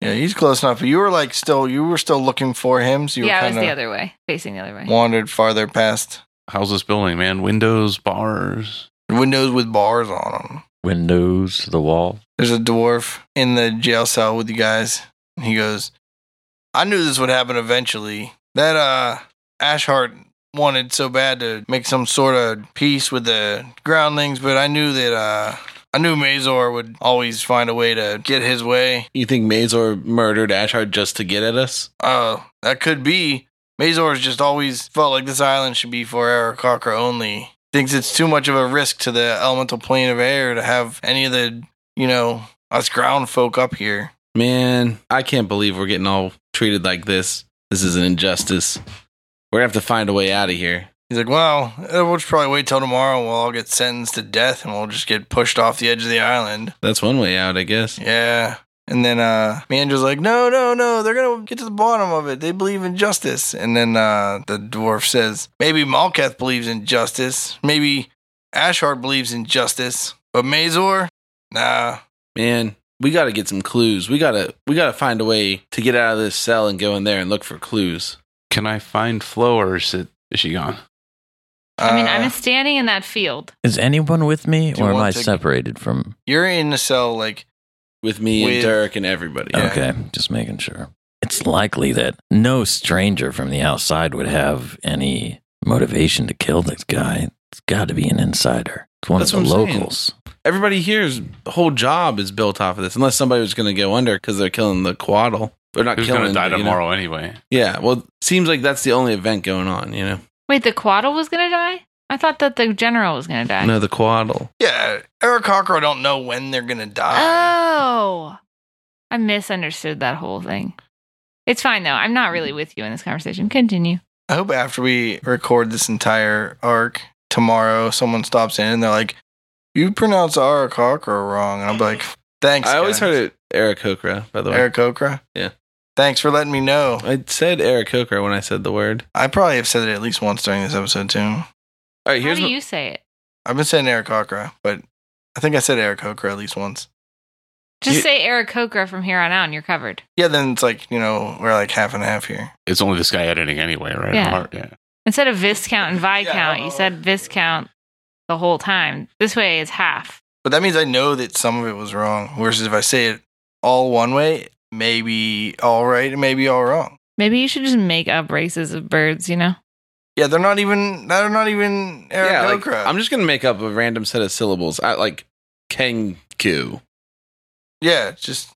Speaker 4: Yeah, he's close enough. But you were like still you were still looking for him, so you
Speaker 3: yeah, I
Speaker 4: were
Speaker 3: was the
Speaker 4: kind
Speaker 3: other way, facing the other way.
Speaker 4: of wandered farther past
Speaker 2: How's this building, man? Windows, bars.
Speaker 4: windows with bars on them.
Speaker 1: Windows, to the wall.
Speaker 4: There's a dwarf in the jail cell with you guys. And he goes, I knew this would happen eventually. That uh Ashhart wanted so bad to make some sort of peace with the groundlings, but I knew that uh, I knew Mazor would always find a way to get his way.
Speaker 5: You think Mazor murdered Ashard just to get at us?
Speaker 4: Uh, that could be. Mazor's just always felt like this island should be for Arakakra only. Thinks it's too much of a risk to the elemental plane of air to have any of the, you know, us ground folk up here.
Speaker 5: Man, I can't believe we're getting all treated like this. This is an injustice. We're gonna have to find a way out of here.
Speaker 4: He's like, well, eh, we'll just probably wait till tomorrow and we'll all get sentenced to death and we'll just get pushed off the edge of the island.
Speaker 5: That's one way out, I guess.
Speaker 4: Yeah. And then uh Mandra's like, No, no, no, they're gonna get to the bottom of it. They believe in justice. And then uh the dwarf says, Maybe Malketh believes in justice. Maybe Ashard believes in justice. But Mazor? Nah.
Speaker 5: Man, we gotta get some clues. We gotta we gotta find a way to get out of this cell and go in there and look for clues.
Speaker 2: Can I find Flo or is, it, is she gone?
Speaker 3: I mean,
Speaker 4: Uh,
Speaker 3: I'm standing in that field.
Speaker 1: Is anyone with me,
Speaker 4: Do you
Speaker 1: or am
Speaker 4: want
Speaker 1: I
Speaker 4: to-
Speaker 1: separated from?
Speaker 4: You're in the cell like
Speaker 5: With me
Speaker 4: With-
Speaker 5: and Dirk and everybody.
Speaker 4: Yeah.
Speaker 1: Okay, just making sure. It's likely that no stranger from the outside would have any motivation to kill this guy. It's got to be an insider. It's one
Speaker 5: That's
Speaker 1: of the
Speaker 5: what I'm saying.
Speaker 1: locals.
Speaker 5: Everybody here's whole job is built off of this, unless somebody was gonna go under because they're killing the quaddle. They're not
Speaker 10: Who's
Speaker 5: killing
Speaker 10: going to die
Speaker 5: but, you know-
Speaker 10: tomorrow anyway?
Speaker 5: Yeah, well, seems like that's the only event going on, you know?
Speaker 3: Wait, the Quaddle was gonna die? I thought that the general was gonna die.
Speaker 5: No, the quaddle.
Speaker 4: Yeah, Eric Cocker don't know when they're gonna die.
Speaker 3: Oh, I misunderstood that whole thing. It's fine though. I'm not
Speaker 5: Mm-hmm.
Speaker 3: really with you in this conversation. Continue.
Speaker 4: I hope after we record this entire arc tomorrow, someone stops in and they're like, You pronounce Eric Cocker wrong and I'm like, Thanks.
Speaker 5: I always
Speaker 4: guys."
Speaker 5: heard it Eric Okra, by the way.
Speaker 4: Eric Okra?
Speaker 5: Yeah.
Speaker 4: Thanks for letting me know.
Speaker 5: I said Eric Okra when I said the word.
Speaker 4: I probably have said it at least once during this episode too.
Speaker 5: All right,
Speaker 3: How
Speaker 5: here's
Speaker 3: do
Speaker 5: my-
Speaker 3: you say it?
Speaker 4: I've been saying Eric Okra, but I think I said Eric Okra at least once.
Speaker 3: Just
Speaker 5: You-
Speaker 3: say Eric Kokra from here on out, and you're covered.
Speaker 4: Yeah, then it's like, you know, we're like half and half here.
Speaker 10: It's only this guy editing anyway, right?
Speaker 3: Yeah.
Speaker 10: Hard- yeah.
Speaker 3: Instead of Viscount and Viscount,
Speaker 5: Yeah.
Speaker 3: you said Viscount the whole time. This way is half.
Speaker 4: But that means I know that some of it was wrong. Whereas if I say it all one way, maybe all right and maybe all wrong.
Speaker 3: Maybe you should just make up races of birds, you know?
Speaker 4: Yeah, they're not even they're not even Eric
Speaker 5: yeah, like,
Speaker 4: Okra.
Speaker 5: I'm just gonna make up a random set of syllables. I like Kengku.
Speaker 4: yeah, it's just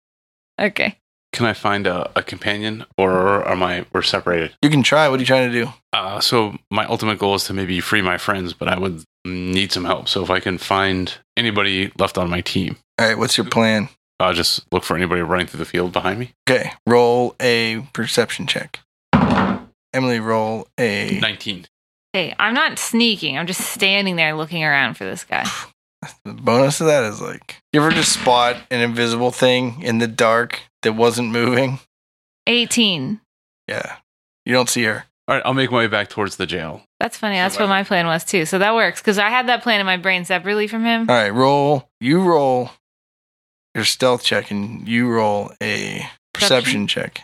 Speaker 3: Okay.
Speaker 2: Can I find a, a companion or am I, we're separated?
Speaker 4: you can try. What are you trying to do?
Speaker 2: Uh, so my ultimate goal is to maybe free my friends, but I would need some help. So if I can find anybody left on my team,
Speaker 4: All right, what's your plan?
Speaker 2: I'll just look for anybody running through the field behind me.
Speaker 4: Okay, roll a perception check. Emily, roll a.
Speaker 2: 19.
Speaker 3: Hey, I'm not sneaking. I'm just standing there looking around for this guy.
Speaker 4: The bonus of that is like, you ever just spot an invisible thing in the dark that wasn't moving?
Speaker 3: 18.
Speaker 4: Yeah. You don't see her.
Speaker 2: All right, I'll make my way back towards the jail.
Speaker 3: That's funny. That's what my plan was too. So that works because I had that plan in my brain separately from him.
Speaker 5: Uh,
Speaker 4: All right, roll. You roll your stealth check and you roll a perception check.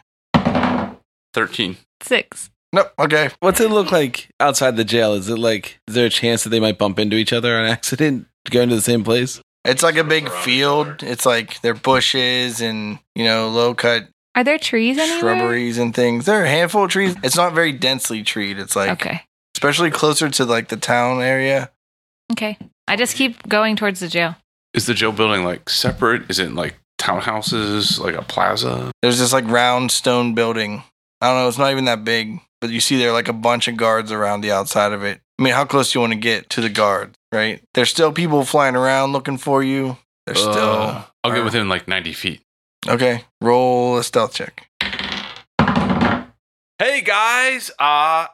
Speaker 2: 13.
Speaker 3: Six.
Speaker 4: Nope. Okay.
Speaker 5: What's it look like outside the jail? Is it like is there a chance that they might bump into each other on accident, going to the same place?
Speaker 4: It's like a big field. It's like they're bushes and, you know, low cut
Speaker 3: Are there trees anywhere?
Speaker 4: shrubberies and things. There are a handful of trees. It's not very densely treed. It's like,
Speaker 3: Okay.
Speaker 4: especially closer to like the town area.
Speaker 3: Okay. I just keep going towards the jail.
Speaker 2: Is the jail building like separate? Is it like townhouses, like a plaza?
Speaker 4: There's this like round stone building. I don't know, it's not even that big, but you see there like a bunch of guards around the outside of it. I mean, how close do you want to get to the guards, right? There's still people flying around looking for you. There's
Speaker 2: Uh, I'll
Speaker 4: or-
Speaker 2: get within like 90 feet.
Speaker 4: still Okay, roll a stealth check.
Speaker 2: Hey guys, uh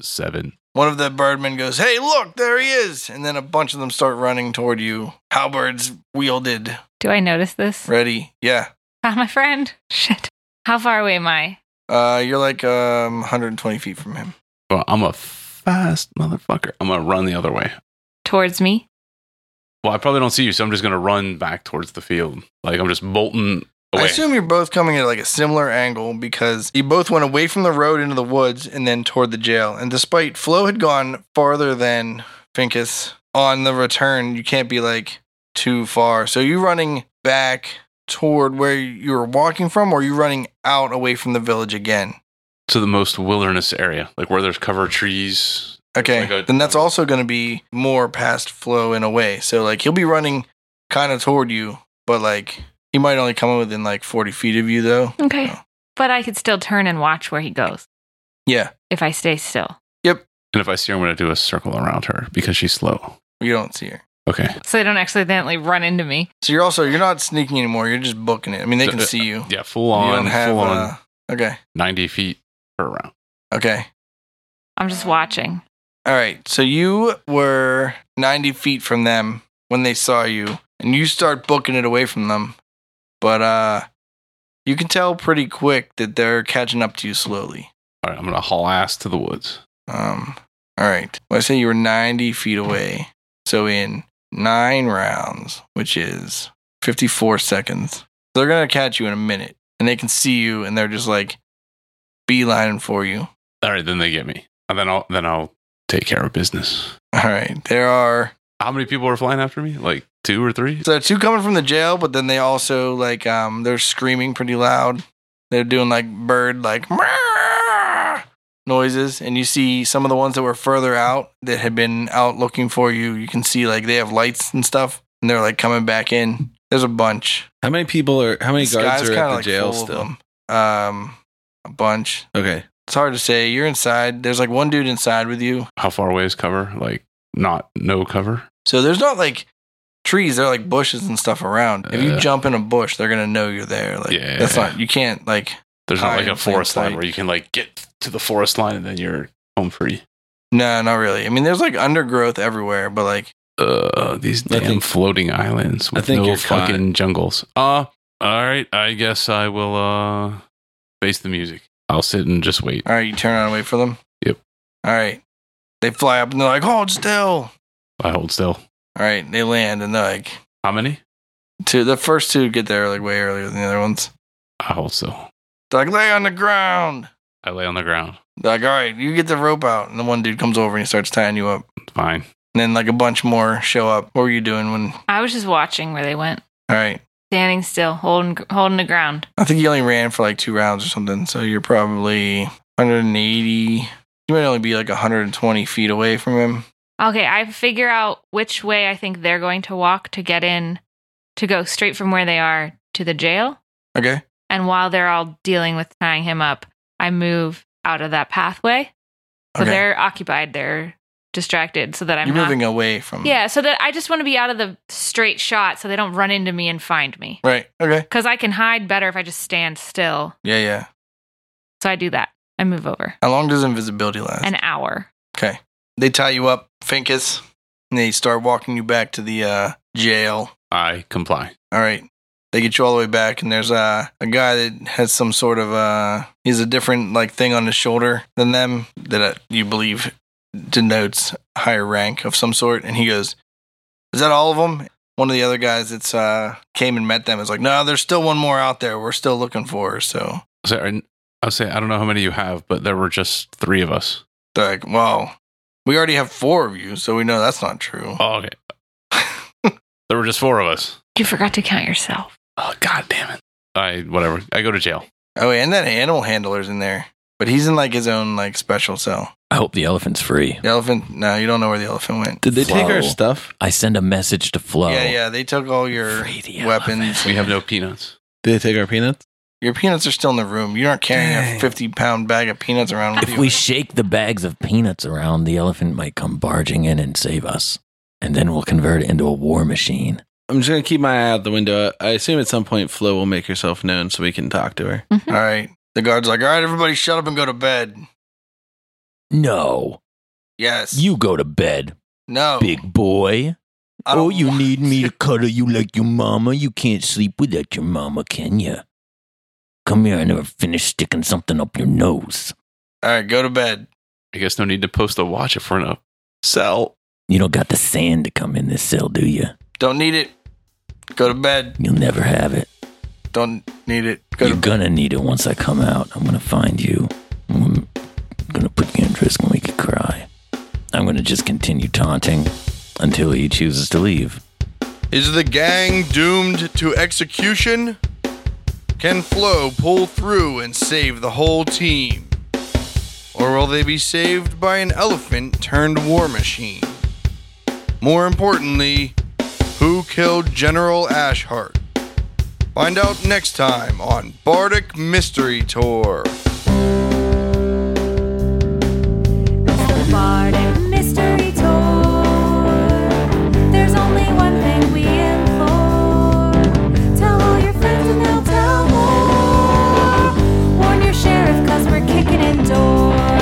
Speaker 2: seven.
Speaker 4: One of the birdmen goes, "Hey, look, there he is." And then a bunch of them start running toward you. Halberds wielded,
Speaker 3: Do I notice this?
Speaker 4: ready. Yeah.
Speaker 3: Ah, my friend. Shit. How far away am I?
Speaker 4: Uh, you're like um 120 feet from him.
Speaker 2: Well, I'm a fast motherfucker. I'm gonna run the other way.
Speaker 3: Towards me?
Speaker 2: Well, I probably don't see you, so I'm just gonna run back towards the field. Like I'm just bolting away.
Speaker 4: I assume you're both coming at like a similar angle because you both went away from the road into the woods and then toward the jail. And despite Flo had gone farther than Finkus on the return, you can't be like too far. So you running back toward where you were walking from, or you running out away from the village again?
Speaker 2: to the most wilderness area, like where there's cover trees
Speaker 4: Okay.
Speaker 2: Like a-
Speaker 4: then that's also going to be more past flow in a way. So like he'll be running kind of toward you, but like he might only come within like 40 feet of you though.
Speaker 3: Okay.
Speaker 4: So,
Speaker 3: But I could still turn and watch where he goes
Speaker 4: yeah.
Speaker 3: if I stay still.
Speaker 2: And if I see her, I'm going to do a circle around her because she's slow.
Speaker 4: You don't see her.
Speaker 2: Okay.
Speaker 3: So they don't accidentally run into me.
Speaker 4: So you're also you're not sneaking anymore. You're just booking it. I mean, they can
Speaker 2: Uh,
Speaker 4: see you.
Speaker 2: Yeah, full
Speaker 4: You
Speaker 2: on,
Speaker 4: don't have,
Speaker 2: full on,
Speaker 4: uh, okay.
Speaker 2: 90 feet per round.
Speaker 4: Okay.
Speaker 3: I'm just watching.
Speaker 4: All right. So you were 90 feet from them when they saw you, and you start booking it away from them. But uh you can tell pretty quick that they're catching up to you slowly.
Speaker 2: All right, I'm going to haul ass to the woods.
Speaker 4: Um all right. Well, I say you were 90 feet away. So in 9 rounds, which is 54 seconds. They're going to catch you in a minute, and they can see you and they're just like beelining for you.
Speaker 2: All right, then they get me. And then I'll then I'll take care of business.
Speaker 4: All right. There are
Speaker 2: How many people are flying after me? Like two or three?
Speaker 4: So there are two coming from the jail, but then they also like um they're screaming pretty loud. They're doing like bird like "Meow" noises, and you see some of the ones that were further out that had been out looking for you. You can see like they have lights and stuff, and they're like coming back in. There's a bunch.
Speaker 5: How many people are? How many
Speaker 4: The
Speaker 5: guards
Speaker 4: sky's
Speaker 5: are at
Speaker 4: kinda,
Speaker 5: the
Speaker 4: like,
Speaker 5: jail
Speaker 4: full of
Speaker 5: still?
Speaker 4: them. Um, a bunch.
Speaker 5: Okay.
Speaker 4: It's hard to say. You're inside. There's like one dude inside with you.
Speaker 2: How far away is cover? Like not no cover?
Speaker 4: So there's not like trees, they're like bushes and stuff around. If you
Speaker 2: Uh.
Speaker 4: jump in a bush, they're gonna know you're there. Like
Speaker 2: Yeah.
Speaker 4: that's not you can't like
Speaker 2: There's not
Speaker 4: Hide
Speaker 2: like
Speaker 4: in
Speaker 2: a
Speaker 4: plain
Speaker 2: forest line
Speaker 4: sight.
Speaker 2: where you can like get to the forest line and then you're home free.
Speaker 4: No, not really. I mean, there's like undergrowth everywhere, but like,
Speaker 2: Uh, these
Speaker 5: I
Speaker 2: damn
Speaker 5: think-
Speaker 2: floating islands
Speaker 5: I
Speaker 2: with
Speaker 5: think
Speaker 2: no
Speaker 5: you're fine.
Speaker 2: fucking jungles. Uh, all right. I guess I will uh face the music. I'll sit and just wait.
Speaker 4: all right, you turn around and wait for them.
Speaker 2: Yep.
Speaker 4: All right. They fly up and they're like, "Oh, hold still.
Speaker 2: I
Speaker 4: All
Speaker 2: hold still.
Speaker 4: right. They land and they're like,
Speaker 2: How many?
Speaker 4: two, the first two get there like way earlier than the other ones.
Speaker 2: I hold still.
Speaker 4: They're like, lay on the ground.
Speaker 2: I lay on the ground.
Speaker 4: They're like, all right, you get the rope out. And the one dude comes over and he starts tying you up.
Speaker 2: Fine.
Speaker 4: And then like a bunch more show up. What were you doing when?
Speaker 3: I was just watching where they went,
Speaker 4: All right.
Speaker 3: standing still, holding holding the ground.
Speaker 4: I think you only ran for like two rounds or something. So you're probably 180. You might only be like 120 feet away from him.
Speaker 3: Okay, I figure out which way I think they're going to walk to get in, to go straight from where they are to the jail.
Speaker 4: Okay.
Speaker 3: And while they're all dealing with tying him up, I move out of that pathway. So
Speaker 4: Okay.
Speaker 3: they're occupied, they're distracted, so that I'm
Speaker 4: you're
Speaker 3: not.
Speaker 4: moving away from
Speaker 3: Yeah, so that I just want to be out of the straight shot so they don't run into me and find me.
Speaker 4: Right. Okay.
Speaker 3: Because I can hide better if I just stand still.
Speaker 4: Yeah, yeah.
Speaker 3: So I do that. I move over.
Speaker 4: How long does invisibility last?
Speaker 3: An hour.
Speaker 4: okay. They tie you up, Finkus, and they start walking you back to the uh, jail.
Speaker 2: I comply.
Speaker 4: All right. They get you all the way back, and there's uh, a guy that has some sort of uh, he's a different like thing on his shoulder than them that uh, you believe denotes higher rank of some sort. And he goes, "Is that all of them?" One of the other guys that's uh, came and met them is like, "No, there's still one more out there. We're still looking for her." So
Speaker 2: So, and I'll say I don't know how many you have, but there were just three of us.
Speaker 4: they're like, "Well, we already have four of you, so we know that's not true."
Speaker 2: Oh, okay. there were just four of us.
Speaker 3: You forgot to count yourself.
Speaker 2: Oh, god damn it! I whatever. I go to jail.
Speaker 4: Oh, and that animal handler's in there, but he's in like his own like special cell.
Speaker 1: I hope the elephant's free.
Speaker 4: The elephant? No, you don't know where the elephant went.
Speaker 5: Did they take our
Speaker 1: Flow.
Speaker 5: stuff?
Speaker 1: I send a message to Flo.
Speaker 4: Yeah, yeah, they took all your
Speaker 1: Free the
Speaker 4: weapons.
Speaker 2: We have no peanuts.
Speaker 5: Did they take our peanuts?
Speaker 4: Your peanuts are still in the room. You aren't carrying a
Speaker 5: Dang.
Speaker 4: fifty-pound bag of peanuts around with
Speaker 1: If
Speaker 4: you.
Speaker 1: we shake the bags of peanuts around, the elephant might come barging in and save us. And then we'll convert it into a war machine.
Speaker 5: I'm just gonna keep my eye out the window. I assume at some point Flo will make herself known so we can talk to her.
Speaker 4: all right. The guard's like, "All right, everybody, shut up and go to bed."
Speaker 1: No.
Speaker 4: Yes.
Speaker 1: You go to bed,
Speaker 4: no
Speaker 1: big boy.
Speaker 4: I
Speaker 1: Oh,
Speaker 4: don't
Speaker 1: you
Speaker 4: want-
Speaker 1: need me to cuddle you like your mama? You can't sleep without your mama, can you? Come here, I never finished sticking something up your nose.
Speaker 4: All right, go to bed.
Speaker 2: I guess no need to post a watch if we're in a cell.
Speaker 1: You don't got the sand to come in this cell, do you?
Speaker 4: Don't need it. Go to bed.
Speaker 1: You'll never have it.
Speaker 4: Don't need it. Go to
Speaker 1: You're gonna need it once I come out. I'm gonna find you. I'm gonna put you in risk and make you cry. I'm gonna just continue taunting until he chooses to leave.
Speaker 4: Is the gang doomed to execution? Can Flo pull through and save the whole team? Or will they be saved by an elephant turned war machine? More importantly, who killed General Ashheart? Find out next time on Bardic Mystery Tour.
Speaker 6: It's the Bardic Mystery Tour. There's only one thing we implore. Tell all your friends and they'll tell more. Warn your sheriff cause we're kicking in doors.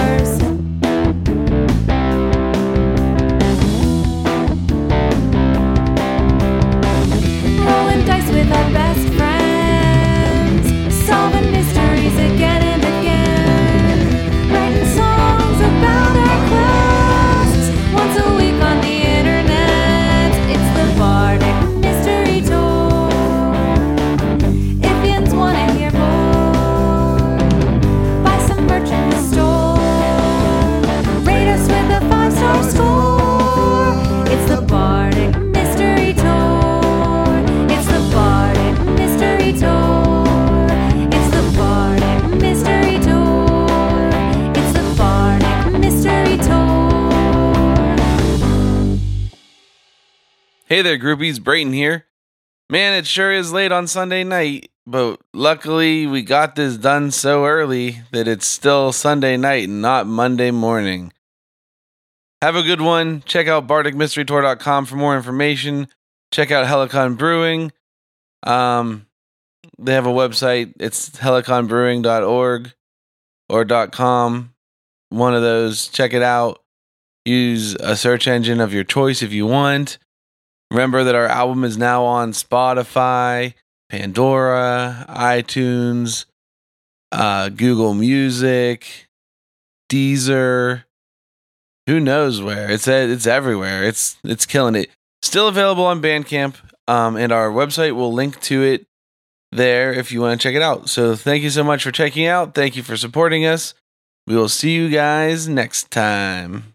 Speaker 6: Rolling dice with our best friends. Solving mysteries again and again. Writing songs about our quests. Once a week on the internet. It's the Bardic Mystery Tour. If yins wanna hear more, buy some merch in the store. Rate us with a five star score. It's the Bardic Mystery Tour. It's the Bardic Mystery Tour. It's the Bardic Mystery Tour. It's the Bardic Mystery Tour.
Speaker 5: Hey there, groupies. Brayton here. Man, it sure is late on Sunday night, but luckily we got this done so early that it's still Sunday night and not Monday morning. Have a good one. Check out bardicmysterytour.com for more information. Check out Helicon Brewing. Um, they have a website. It's heliconbrewing.org or .com. One of those. Check it out. Use a search engine of your choice if you want. Remember that our album is now on Spotify, Pandora, iTunes, uh, Google Music, Deezer. Who knows where? It's it's everywhere. It's it's killing it. Still available on Bandcamp, um, and our website will link to it there if you want to check it out. So thank you so much for checking out. Thank you for supporting us. We will see you guys next time.